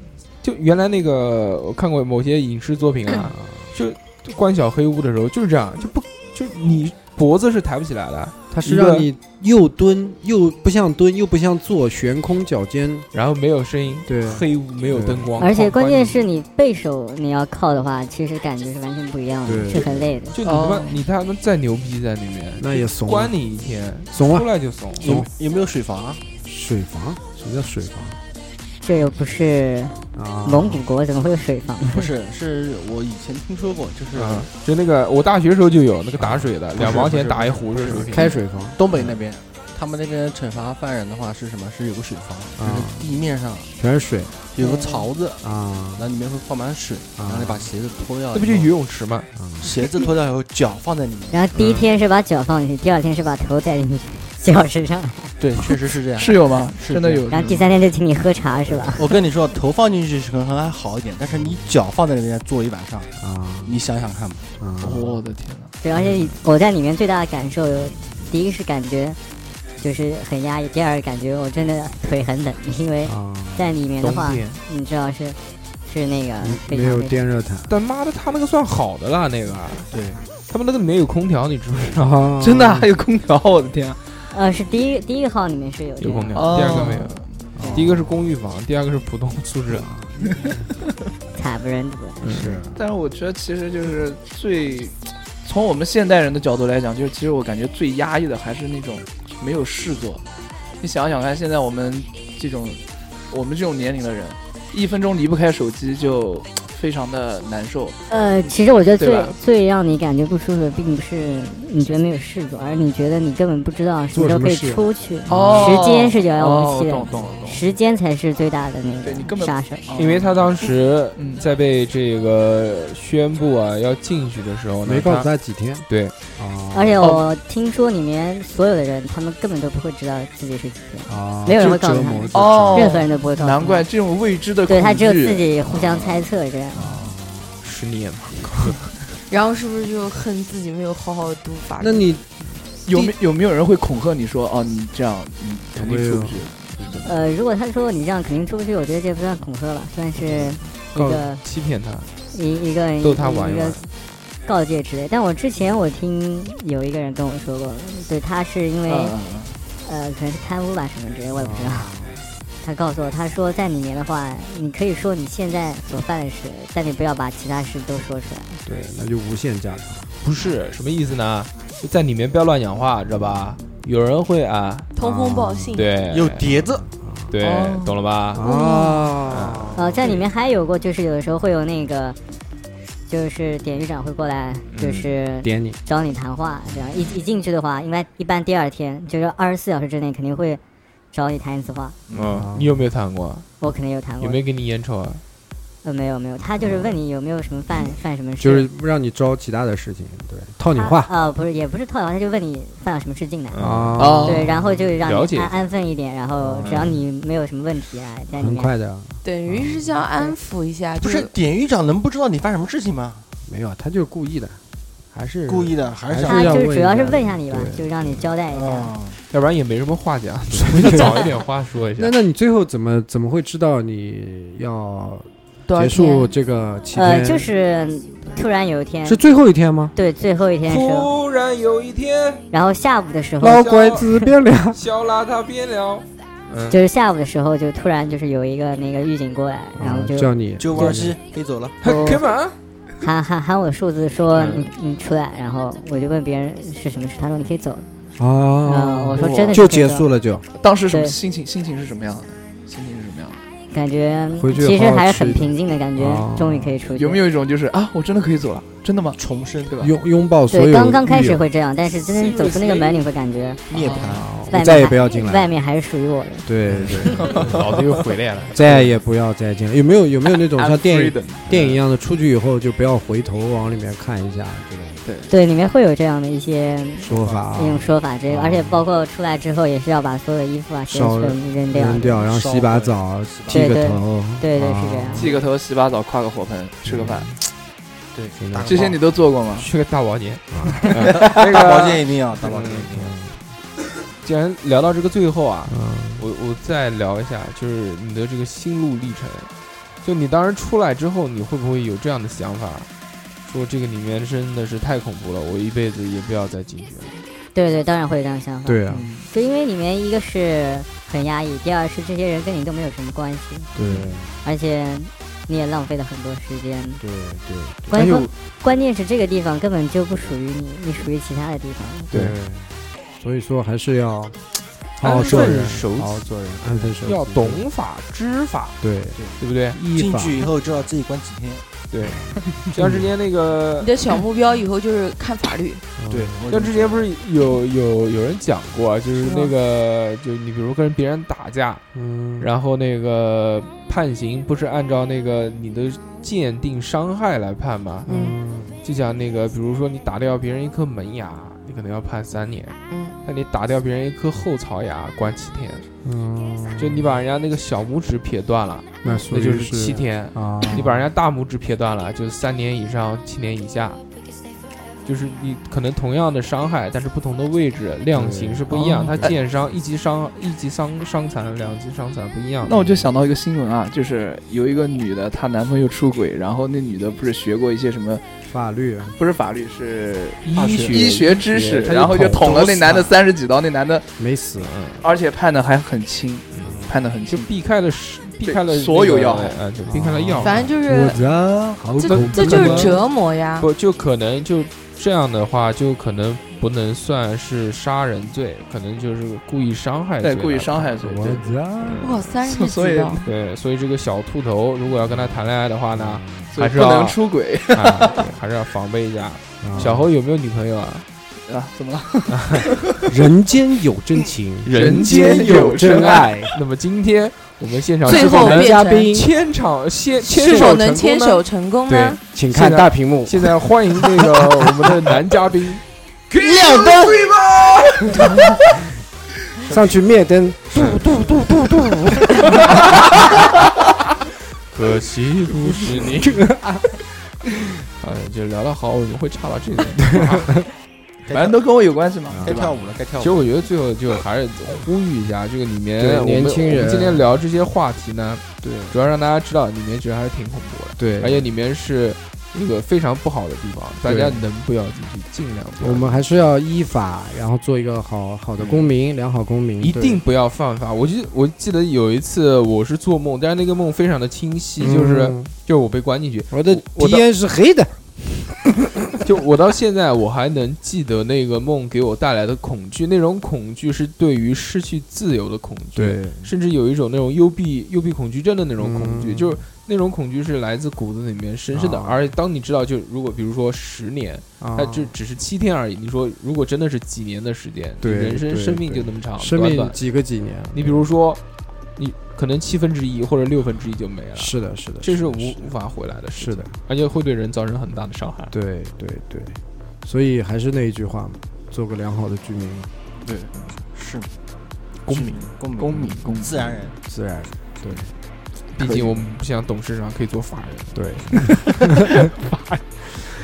Speaker 1: 就原来那个我看过某些影视作品啊，就就关小黑屋的时候就是这样，就不就你脖子是抬不起来的，
Speaker 5: 他是
Speaker 1: 一个
Speaker 5: 让你又蹲又不像蹲又不像坐，悬空脚尖，
Speaker 1: 然后没有声音，
Speaker 5: 对
Speaker 1: 黑屋没有灯光，
Speaker 8: 而且关键是
Speaker 1: 你
Speaker 8: 你背手你要铐的话，其实感觉是完全不一样的，
Speaker 5: 对
Speaker 8: 是很累的。
Speaker 1: 就你他妈
Speaker 4: 哦
Speaker 1: 你他妈再牛逼在里面，
Speaker 5: 那也怂啊
Speaker 1: 关
Speaker 5: 了，
Speaker 1: 你一天，
Speaker 5: 怂
Speaker 1: 出
Speaker 5: 了。
Speaker 1: 来就怂。
Speaker 6: 有有没有水阀？
Speaker 5: 水房，什么叫水房
Speaker 8: 这又不是
Speaker 5: 啊？
Speaker 8: 蒙古国，怎么会有水房？
Speaker 6: 不是，是我以前听说过，就是
Speaker 1: 啊，就那个我大学时候就有那个打水的，两毛钱打一壶热水瓶，
Speaker 5: 开水房
Speaker 6: 东北那边，他们那边惩罚犯人的话是什么？是有个水房，
Speaker 5: 啊
Speaker 6: 就是地面上
Speaker 5: 全是水
Speaker 6: 有
Speaker 8: 嗯
Speaker 6: 个槽子，
Speaker 5: 啊
Speaker 6: 然后里面会放满水，然后你把鞋子脱掉以后，
Speaker 1: 那不就游泳池吗？
Speaker 5: 啊
Speaker 6: 鞋子脱掉以后，脚放在里面。
Speaker 8: 然后第一天是把脚放进去，第二天是把头带进去，脚是上，
Speaker 6: 对，确实是这样。
Speaker 4: 是有吗？
Speaker 6: 嗯是
Speaker 4: 真的有。
Speaker 8: 然后第三天就请你喝茶是吧？
Speaker 6: 我跟你说，头放进去是可能还好一点，但是你脚放在里面坐一晚上，
Speaker 5: 啊
Speaker 6: 你想想看吧。
Speaker 5: 啊！
Speaker 4: 我的天哪！
Speaker 8: 对，而且我在里面最大的感受，第一是感觉就是很压抑，第二感觉我真的腿很冷，因为
Speaker 5: 啊，
Speaker 8: 在里面的话
Speaker 1: 冬，天，
Speaker 8: 你知道是是那个非
Speaker 5: 没有
Speaker 8: 常非
Speaker 5: 电热毯
Speaker 1: 但妈的，他那个算好的了，那个啊
Speaker 6: 对，
Speaker 1: 他们那个里面有空调，你知不知道？
Speaker 5: 啊
Speaker 6: 嗯
Speaker 4: 真的还有空调， 我的天啊！
Speaker 8: 呃是第一第一号里面是有这
Speaker 1: 有空
Speaker 8: 个，
Speaker 1: 调，第二个没
Speaker 4: 哦
Speaker 1: 有。第一个是公寓房，第二个是普通宿舍。
Speaker 8: 哦惨不忍睹。
Speaker 5: 是
Speaker 4: 但是我觉得其实就是最，从我们现代人的角度来讲，就是其实我感觉最压抑的还是那种没有事做。你想想看，现在我们这种我们这种年龄的人，一分钟离不开手机就非常的难受。
Speaker 8: 呃，其实我觉得
Speaker 4: 对
Speaker 8: 最
Speaker 4: 吧
Speaker 8: 最让你感觉不舒服的，并不是你觉得没有事做，而你觉得你根本不知道什么时候可
Speaker 5: 做
Speaker 8: 以
Speaker 5: 什么事
Speaker 8: 出去，
Speaker 4: 哦
Speaker 8: 时间是呃遥遥
Speaker 4: 哦
Speaker 8: 无期的，
Speaker 4: 懂懂懂。
Speaker 8: 时间才是最大的那
Speaker 4: 对你根本
Speaker 8: 个杀手。
Speaker 1: 因为他当时
Speaker 4: 嗯
Speaker 1: 在被这个宣布啊要进去的时候呢，
Speaker 5: 没告诉
Speaker 1: 他
Speaker 5: 他几天
Speaker 1: 对，
Speaker 4: 哦
Speaker 5: 啊，
Speaker 8: 而且我听说里面所有的人，他们根本都不会知道自己是几天，
Speaker 5: 啊，
Speaker 8: 没有人会
Speaker 5: 就
Speaker 8: 告诉
Speaker 5: 折
Speaker 8: 他
Speaker 5: 磨自己
Speaker 4: 哦，
Speaker 8: 任何人都不会告诉他。
Speaker 4: 难怪，这种未知的恐
Speaker 8: 对
Speaker 4: 惧，
Speaker 8: 他只有自己互相猜测这样。
Speaker 1: 十年嘛，
Speaker 2: 然后是不是就恨自己没有好好读法？
Speaker 5: 那你
Speaker 4: 有没有没有人会恐吓你说哦，你这样你肯定出不去？
Speaker 8: 呃，如果他说你这样肯定出不去，我觉得这不算恐吓了，算是一
Speaker 1: 告
Speaker 8: 个
Speaker 1: 欺骗他，
Speaker 8: 一一个
Speaker 1: 逗他玩一
Speaker 8: 一个
Speaker 1: 玩。
Speaker 8: 告诫之类。但我之前我听有一个人跟我说过，对他是因为、
Speaker 4: 啊，
Speaker 8: 呃可能是贪污吧什么之类，我也不知道。
Speaker 4: 哦
Speaker 8: 他告诉我，他说在里面的话，你可以说你现在所犯的事，但你不要把其他事都说出来。
Speaker 5: 对，那就无限加长。
Speaker 1: 不是什么意思呢？就在里面不要乱讲话，知道吧？有人会啊，
Speaker 2: 通风报信，
Speaker 1: 对，
Speaker 6: 有碟子，
Speaker 1: 对，懂了
Speaker 8: 哦
Speaker 1: 吧？
Speaker 5: 啊，
Speaker 8: 呃，在里面还有过，就是有的时候会有那个，就是典狱长会过来，
Speaker 5: 嗯
Speaker 8: 就是
Speaker 5: 点你
Speaker 8: 找你谈话，这样一一进去的话，一般一般第二天就是二十四小时之内肯定会找你谈一次话。
Speaker 1: 嗯，你有没有谈过？
Speaker 8: 我肯定有谈过，
Speaker 1: 有没有给你烟抽啊？
Speaker 8: 呃，没有没有，他就是问你有没有什么犯犯什么事，
Speaker 5: 嗯就是让你招其他的事情，对，套你
Speaker 8: 他
Speaker 5: 话
Speaker 8: 啊、不是也不是套你话，他就问你犯了什么事情呢？
Speaker 5: 啊
Speaker 8: 对，然后就让
Speaker 5: 了
Speaker 8: 你
Speaker 5: 解嗯
Speaker 8: 安安分一点，然后只要你没有什么问题啊，在里
Speaker 5: 很
Speaker 8: 面
Speaker 5: 快的。
Speaker 2: 等于是想安抚一下，就
Speaker 6: 不
Speaker 2: 是
Speaker 6: 典狱长能不知道你犯什么事情吗？
Speaker 5: 没有，他就是故意的，还是
Speaker 6: 故意的，还是想
Speaker 5: 还
Speaker 8: 他
Speaker 5: 要
Speaker 8: 就是
Speaker 5: 问
Speaker 8: 主
Speaker 5: 一
Speaker 8: 要是
Speaker 5: 下
Speaker 8: 问一下你吧，
Speaker 5: 对哦
Speaker 8: 就让你交代一下。
Speaker 6: 啊？
Speaker 1: 要不然也没什么话讲，要早一点话说一下
Speaker 5: 那。那你最后怎么怎么会知道你要
Speaker 2: 多少
Speaker 5: 结
Speaker 2: 天
Speaker 5: 束这个七天？
Speaker 8: 呃，就是突然有一天，
Speaker 5: 是最后一天吗？
Speaker 8: 对，最后一天的时候，
Speaker 1: 突然有一天，
Speaker 8: 然后下午的时候，
Speaker 5: 老啊拐子变 了，
Speaker 1: 小邋遢变了。嗯，
Speaker 8: 就是下午的时候就突然就是有一个那个狱警过来，然后
Speaker 5: 啊
Speaker 8: 就
Speaker 5: 叫你
Speaker 6: 九五
Speaker 5: 叫
Speaker 6: 二
Speaker 5: 你
Speaker 6: 七可以走了。
Speaker 8: 我
Speaker 1: 干嘛？
Speaker 8: 喊喊喊我数字说
Speaker 1: 嗯
Speaker 8: 你你出来，然后我就问别人是什么事，他说你可以走了，
Speaker 5: 啊
Speaker 8: 啊，我说真的
Speaker 5: 就是结
Speaker 8: 这个
Speaker 5: 束了就，
Speaker 4: 当时什么
Speaker 8: 对
Speaker 4: 心情？心情是什么样的？心情是什么样的？
Speaker 8: 感觉
Speaker 5: 回去
Speaker 8: 其实
Speaker 5: 好好
Speaker 8: 还
Speaker 5: 吃
Speaker 8: 是很
Speaker 5: 一顿
Speaker 8: 平静的感觉
Speaker 5: 哦，
Speaker 8: 终于可以出去。
Speaker 4: 有没有一种就是啊，我真的可以走了，真的吗？
Speaker 6: 重生对吧？
Speaker 5: 拥拥抱所有
Speaker 8: 对，刚刚开
Speaker 5: 狱
Speaker 8: 始
Speaker 5: 友
Speaker 8: 会这样，但是真正走出那个门，你会感觉
Speaker 6: 涅槃
Speaker 5: 啊
Speaker 8: 外面
Speaker 5: 再也
Speaker 8: 还
Speaker 5: 不要进来
Speaker 8: 外
Speaker 5: 了，
Speaker 8: 面还是属于我的。
Speaker 5: 对对，
Speaker 1: 脑子又回来了。
Speaker 5: 再也不要再进来。有没有有没有那种像电影
Speaker 4: Freedom
Speaker 5: 电影一样的，出去以后就不要回头往里面看一下这种
Speaker 8: 对，里面会有这样的一些
Speaker 5: 说法啊
Speaker 8: 一种说法之类的，
Speaker 5: 哦
Speaker 8: 而且包括出来之后也是要把所有的衣服啊、鞋子
Speaker 5: 烧
Speaker 8: 全部扔掉。
Speaker 5: 扔掉，然后洗把澡，剃
Speaker 8: 对
Speaker 5: 个
Speaker 8: 对
Speaker 5: 头，
Speaker 8: 对对
Speaker 5: 啊
Speaker 8: 是这样
Speaker 4: 剃个头、洗把澡、挎个火盆、吃个饭，
Speaker 6: 对
Speaker 5: 真的
Speaker 6: 大
Speaker 4: 这些你都做过吗？
Speaker 1: 去个大保健。
Speaker 6: 大保健一定要，大保健一定要。
Speaker 1: 既然聊到这个最后啊，
Speaker 5: 嗯，
Speaker 1: 我我再聊一下，就是你的这个心路历程。就你当时出来之后，你会不会有这样的想法，说这个里面真的是太恐怖了，我一辈子也不要再进去了。
Speaker 8: 对对，当然会有这样想法。，
Speaker 5: 对啊，
Speaker 8: 就因为里面一个是很压抑，第二是这些人跟你都没有什么关系，
Speaker 5: 对啊
Speaker 8: 而且你也浪费了很多时间。
Speaker 5: 对对，
Speaker 8: 关
Speaker 5: 哎呦
Speaker 8: 键关键是这个地方根本就不属于你，你属于其他的地方。
Speaker 5: 对，所以说还是要好好
Speaker 1: 安
Speaker 5: 做
Speaker 1: 分
Speaker 5: 人，
Speaker 1: 守己
Speaker 5: 好好做人，安分守己，
Speaker 1: 要懂法知法，
Speaker 5: 对
Speaker 1: 对不对？
Speaker 5: 依
Speaker 6: 进
Speaker 5: 法，
Speaker 6: 去以后知道自己关几天。
Speaker 1: 对。像之前那个
Speaker 2: 你，的小目标以后就是看法律，
Speaker 5: 嗯
Speaker 6: 对，
Speaker 1: 像之前不是有有有人讲过啊，就是那个，就你比如跟别人打架，
Speaker 5: 嗯，
Speaker 1: 然后那个判刑不是按照那个你的鉴定伤害来判吗？
Speaker 5: 嗯
Speaker 1: 就像那个，比如说你打掉别人一颗门牙，你可能要判三年；
Speaker 2: 嗯，
Speaker 1: 那你打掉别人一颗后槽牙，关七天。
Speaker 5: 嗯，
Speaker 1: 就你把人家那个小拇指撇断了，
Speaker 5: 那
Speaker 1: 那
Speaker 5: 属
Speaker 1: 就
Speaker 5: 于
Speaker 1: 是七天；
Speaker 5: 啊，
Speaker 1: 你把人家大拇指撇断了，就是三年以上七年以下。就是你可能同样的伤害，但是不同的位置量刑是不一样，
Speaker 4: 哦
Speaker 1: 它剑伤一级伤一级伤伤残，两级伤残不一样。
Speaker 4: 那我就想到一个新闻啊，就是有一个女的，她男朋友出轨，然后那女的不是学过一些什么，
Speaker 5: 法律啊
Speaker 4: 不是法律是
Speaker 1: 医学
Speaker 4: 医学知识，
Speaker 5: 她就
Speaker 4: 然后就捅了那男的
Speaker 5: 捅死
Speaker 4: 三十几刀，那男的
Speaker 5: 没死，
Speaker 1: 啊
Speaker 4: 而且判的还很轻，判的很
Speaker 1: 就
Speaker 4: 轻。
Speaker 1: 避开了是避
Speaker 4: 对
Speaker 1: 开了
Speaker 4: 所有
Speaker 1: 那个
Speaker 4: 要害
Speaker 1: 呃，就避开
Speaker 4: 哦
Speaker 1: 了药害。
Speaker 2: 反正就是
Speaker 5: 我的好
Speaker 2: 这
Speaker 5: 恐
Speaker 2: 这
Speaker 5: 怖
Speaker 2: 就是
Speaker 5: 啊
Speaker 2: 折磨呀。
Speaker 1: 不就可能就这样的话，就可能不能算是杀人罪，可能就是故意伤害罪
Speaker 4: 对，
Speaker 1: 来判。
Speaker 4: 故意伤害罪。
Speaker 5: 我
Speaker 4: 对，
Speaker 5: 的
Speaker 2: 哇，三十
Speaker 4: 所以
Speaker 2: 几刀，
Speaker 1: 对，所以这个小秃头如果要跟他谈恋爱的话 呢，
Speaker 4: 所以
Speaker 1: 还是
Speaker 4: 不
Speaker 1: 要
Speaker 4: 能出轨
Speaker 1: 啊，对还是要防备一下。小侯有没有女朋友啊？
Speaker 4: 啊？怎么了？
Speaker 5: 人间有真情，
Speaker 1: 人
Speaker 4: 间有真爱。
Speaker 1: 那么今天我们现场
Speaker 2: 最
Speaker 1: 是否
Speaker 2: 后
Speaker 1: 能
Speaker 2: 变
Speaker 5: 嘉
Speaker 2: 成
Speaker 5: 宾，
Speaker 1: 牵场牵
Speaker 2: 是
Speaker 1: 牵
Speaker 2: 否
Speaker 1: 手成
Speaker 2: 能
Speaker 1: 功
Speaker 2: 牵
Speaker 1: 呢
Speaker 2: 手？成功
Speaker 5: 对
Speaker 2: 呢？，
Speaker 5: 请看大屏幕。
Speaker 1: 现在欢迎那个我们的男嘉宾，
Speaker 5: 亮灯，上去灭灯，
Speaker 1: 可惜不是 你。哎，就聊得好，我们会差到这里。
Speaker 4: 反正都跟我有关系嘛，
Speaker 6: 该
Speaker 4: 对吧
Speaker 6: 跳？舞了，该跳
Speaker 1: 其
Speaker 6: 舞
Speaker 1: 实
Speaker 6: 了。
Speaker 1: 我觉得最后就还是呼吁一下，这个里面
Speaker 5: 对
Speaker 1: 我们
Speaker 5: 年轻人
Speaker 1: 我们今天聊这些话题呢，
Speaker 5: 对
Speaker 1: 主要让大家知道里面其实还是挺恐怖的，
Speaker 5: 对，
Speaker 1: 而且里面是一个非常不好的地方，大
Speaker 5: 对
Speaker 1: 家能不要进去尽量不要。
Speaker 5: 我们还是要依法，然后做一个好好的公民，良好公民，
Speaker 1: 嗯一
Speaker 5: 对
Speaker 1: 定不要犯法。我记我记得有一次我是做梦，但是那个梦非常的清晰，就是
Speaker 5: 嗯
Speaker 1: 就是我被关进去，
Speaker 5: 我的
Speaker 1: 我
Speaker 5: 鼻
Speaker 1: 的
Speaker 5: 烟是黑的，
Speaker 1: 就我到现在我还能记得那个梦给我带来的恐惧，那种恐惧是对于失去自由的恐惧。
Speaker 5: 对，
Speaker 1: 甚至有一种那种幽闭幽闭恐惧症的那种恐惧，
Speaker 5: 嗯
Speaker 1: 就是那种恐惧是来自骨子里面深深的。
Speaker 5: 啊
Speaker 1: 而当你知道，就如果比如说十年，
Speaker 5: 啊
Speaker 1: 它就只是七天而已。你说如果真的是几年的时间，
Speaker 5: 对
Speaker 1: 你人生
Speaker 5: 对
Speaker 1: 生命
Speaker 5: 对
Speaker 1: 就那么长，
Speaker 5: 生
Speaker 1: 短
Speaker 5: 命
Speaker 1: 短。
Speaker 5: 几个几年，
Speaker 1: 你比如说，你可能七分之一或者六分之一就没了，
Speaker 5: 嗯是的，是的，
Speaker 1: 这是无
Speaker 5: 的
Speaker 1: 无法回来的事
Speaker 5: 是
Speaker 1: 情，
Speaker 5: 的，
Speaker 1: 而且会对人造成很大的伤害。
Speaker 5: 对对对，所以还是那一句话嘛，做个良好的居民，
Speaker 4: 对，
Speaker 6: 是
Speaker 4: 公
Speaker 6: 是
Speaker 4: 民，
Speaker 6: 公民
Speaker 4: 公民，公民，
Speaker 6: 自然人，
Speaker 5: 自然
Speaker 1: 毕竟我们不像董事长可以做法人。
Speaker 5: 对。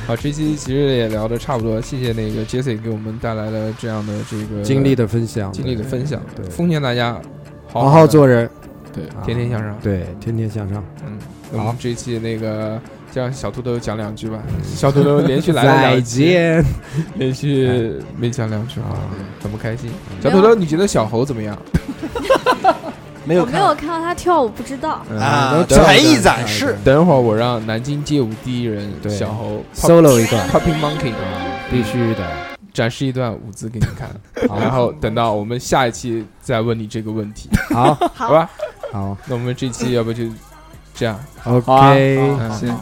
Speaker 1: 好，这期其实也聊的差不多，谢谢那个 Jesse 给我们带来了这样的这个
Speaker 5: 经历的分享，
Speaker 1: 经历的分享，
Speaker 5: 对
Speaker 1: 奉劝大家好
Speaker 5: 好
Speaker 1: 好
Speaker 5: 好
Speaker 1: 地
Speaker 5: 做人，
Speaker 1: 对
Speaker 5: 啊，
Speaker 1: 天天向上。
Speaker 5: 对，天天向上。
Speaker 1: 嗯，那我们这一期那个让小土豆讲两句 吧，小土豆连续来了
Speaker 5: 再
Speaker 1: 两期，
Speaker 5: 见。哎
Speaker 1: 连续没讲两句啊，很不开心。
Speaker 5: 嗯
Speaker 1: 小
Speaker 3: 没有
Speaker 1: 土豆，你觉得小猴怎么样？
Speaker 6: 没
Speaker 3: 我没有看到他跳舞，不知道。
Speaker 6: 啊，
Speaker 1: 嗯
Speaker 5: 都这样
Speaker 6: 才艺
Speaker 5: 的
Speaker 6: 展示，
Speaker 1: 等会儿我让南京街舞第一人
Speaker 5: 对
Speaker 1: 小猴
Speaker 5: solo 一段
Speaker 1: Popping Monkey 啊，
Speaker 5: 必须的。
Speaker 1: 展示一段舞姿给你看，
Speaker 5: 好
Speaker 1: 然后等到我们下一期再问你这个问题，
Speaker 5: 好
Speaker 1: 好吧？
Speaker 5: 好
Speaker 1: 那我们这期要不就这样，
Speaker 5: ，OK，
Speaker 1: 嗯
Speaker 4: 行，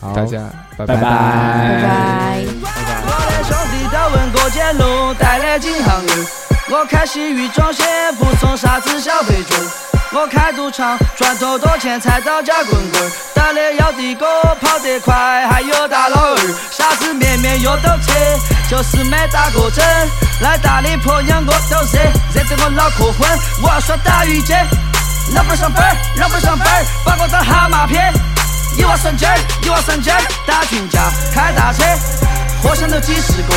Speaker 5: 好，
Speaker 1: 大家拜
Speaker 5: 拜拜
Speaker 2: 拜拜。
Speaker 10: 我的兄弟都问过街路，带来金行路。我开洗浴中心，不送啥子小肥猪。我开赌场，赚头多钱才到家滚滚。打的要的哥，跑得快，还有大老二。啥子面面有都吃，就是没打过针。来大理鄱阳我都热，热得我脑壳昏。我要耍打鱼街，老板上班，老板上班，把我当蛤蟆片。一万三千，一万三千，打群架，开大车，火上头几十个。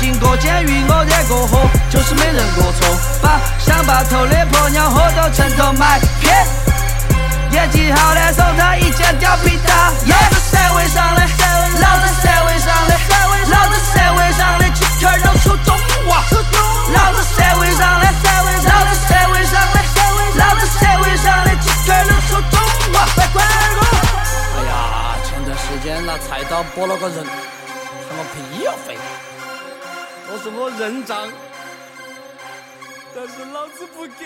Speaker 10: 进过监狱，我热过火，就是没认过错。把乡坝头的婆娘喝到城头买片。演技好的送他一件貂皮大衣。老子社会上的，老子社会上的，老子社会上的，鸡腿肉出中华。老子社会上的，老子社会上的，老子社会上的，鸡腿肉出中华。快滚！哎呀，前段时间拿菜刀剥了个人，喊我赔医药费。我说我认账，但是老子不给。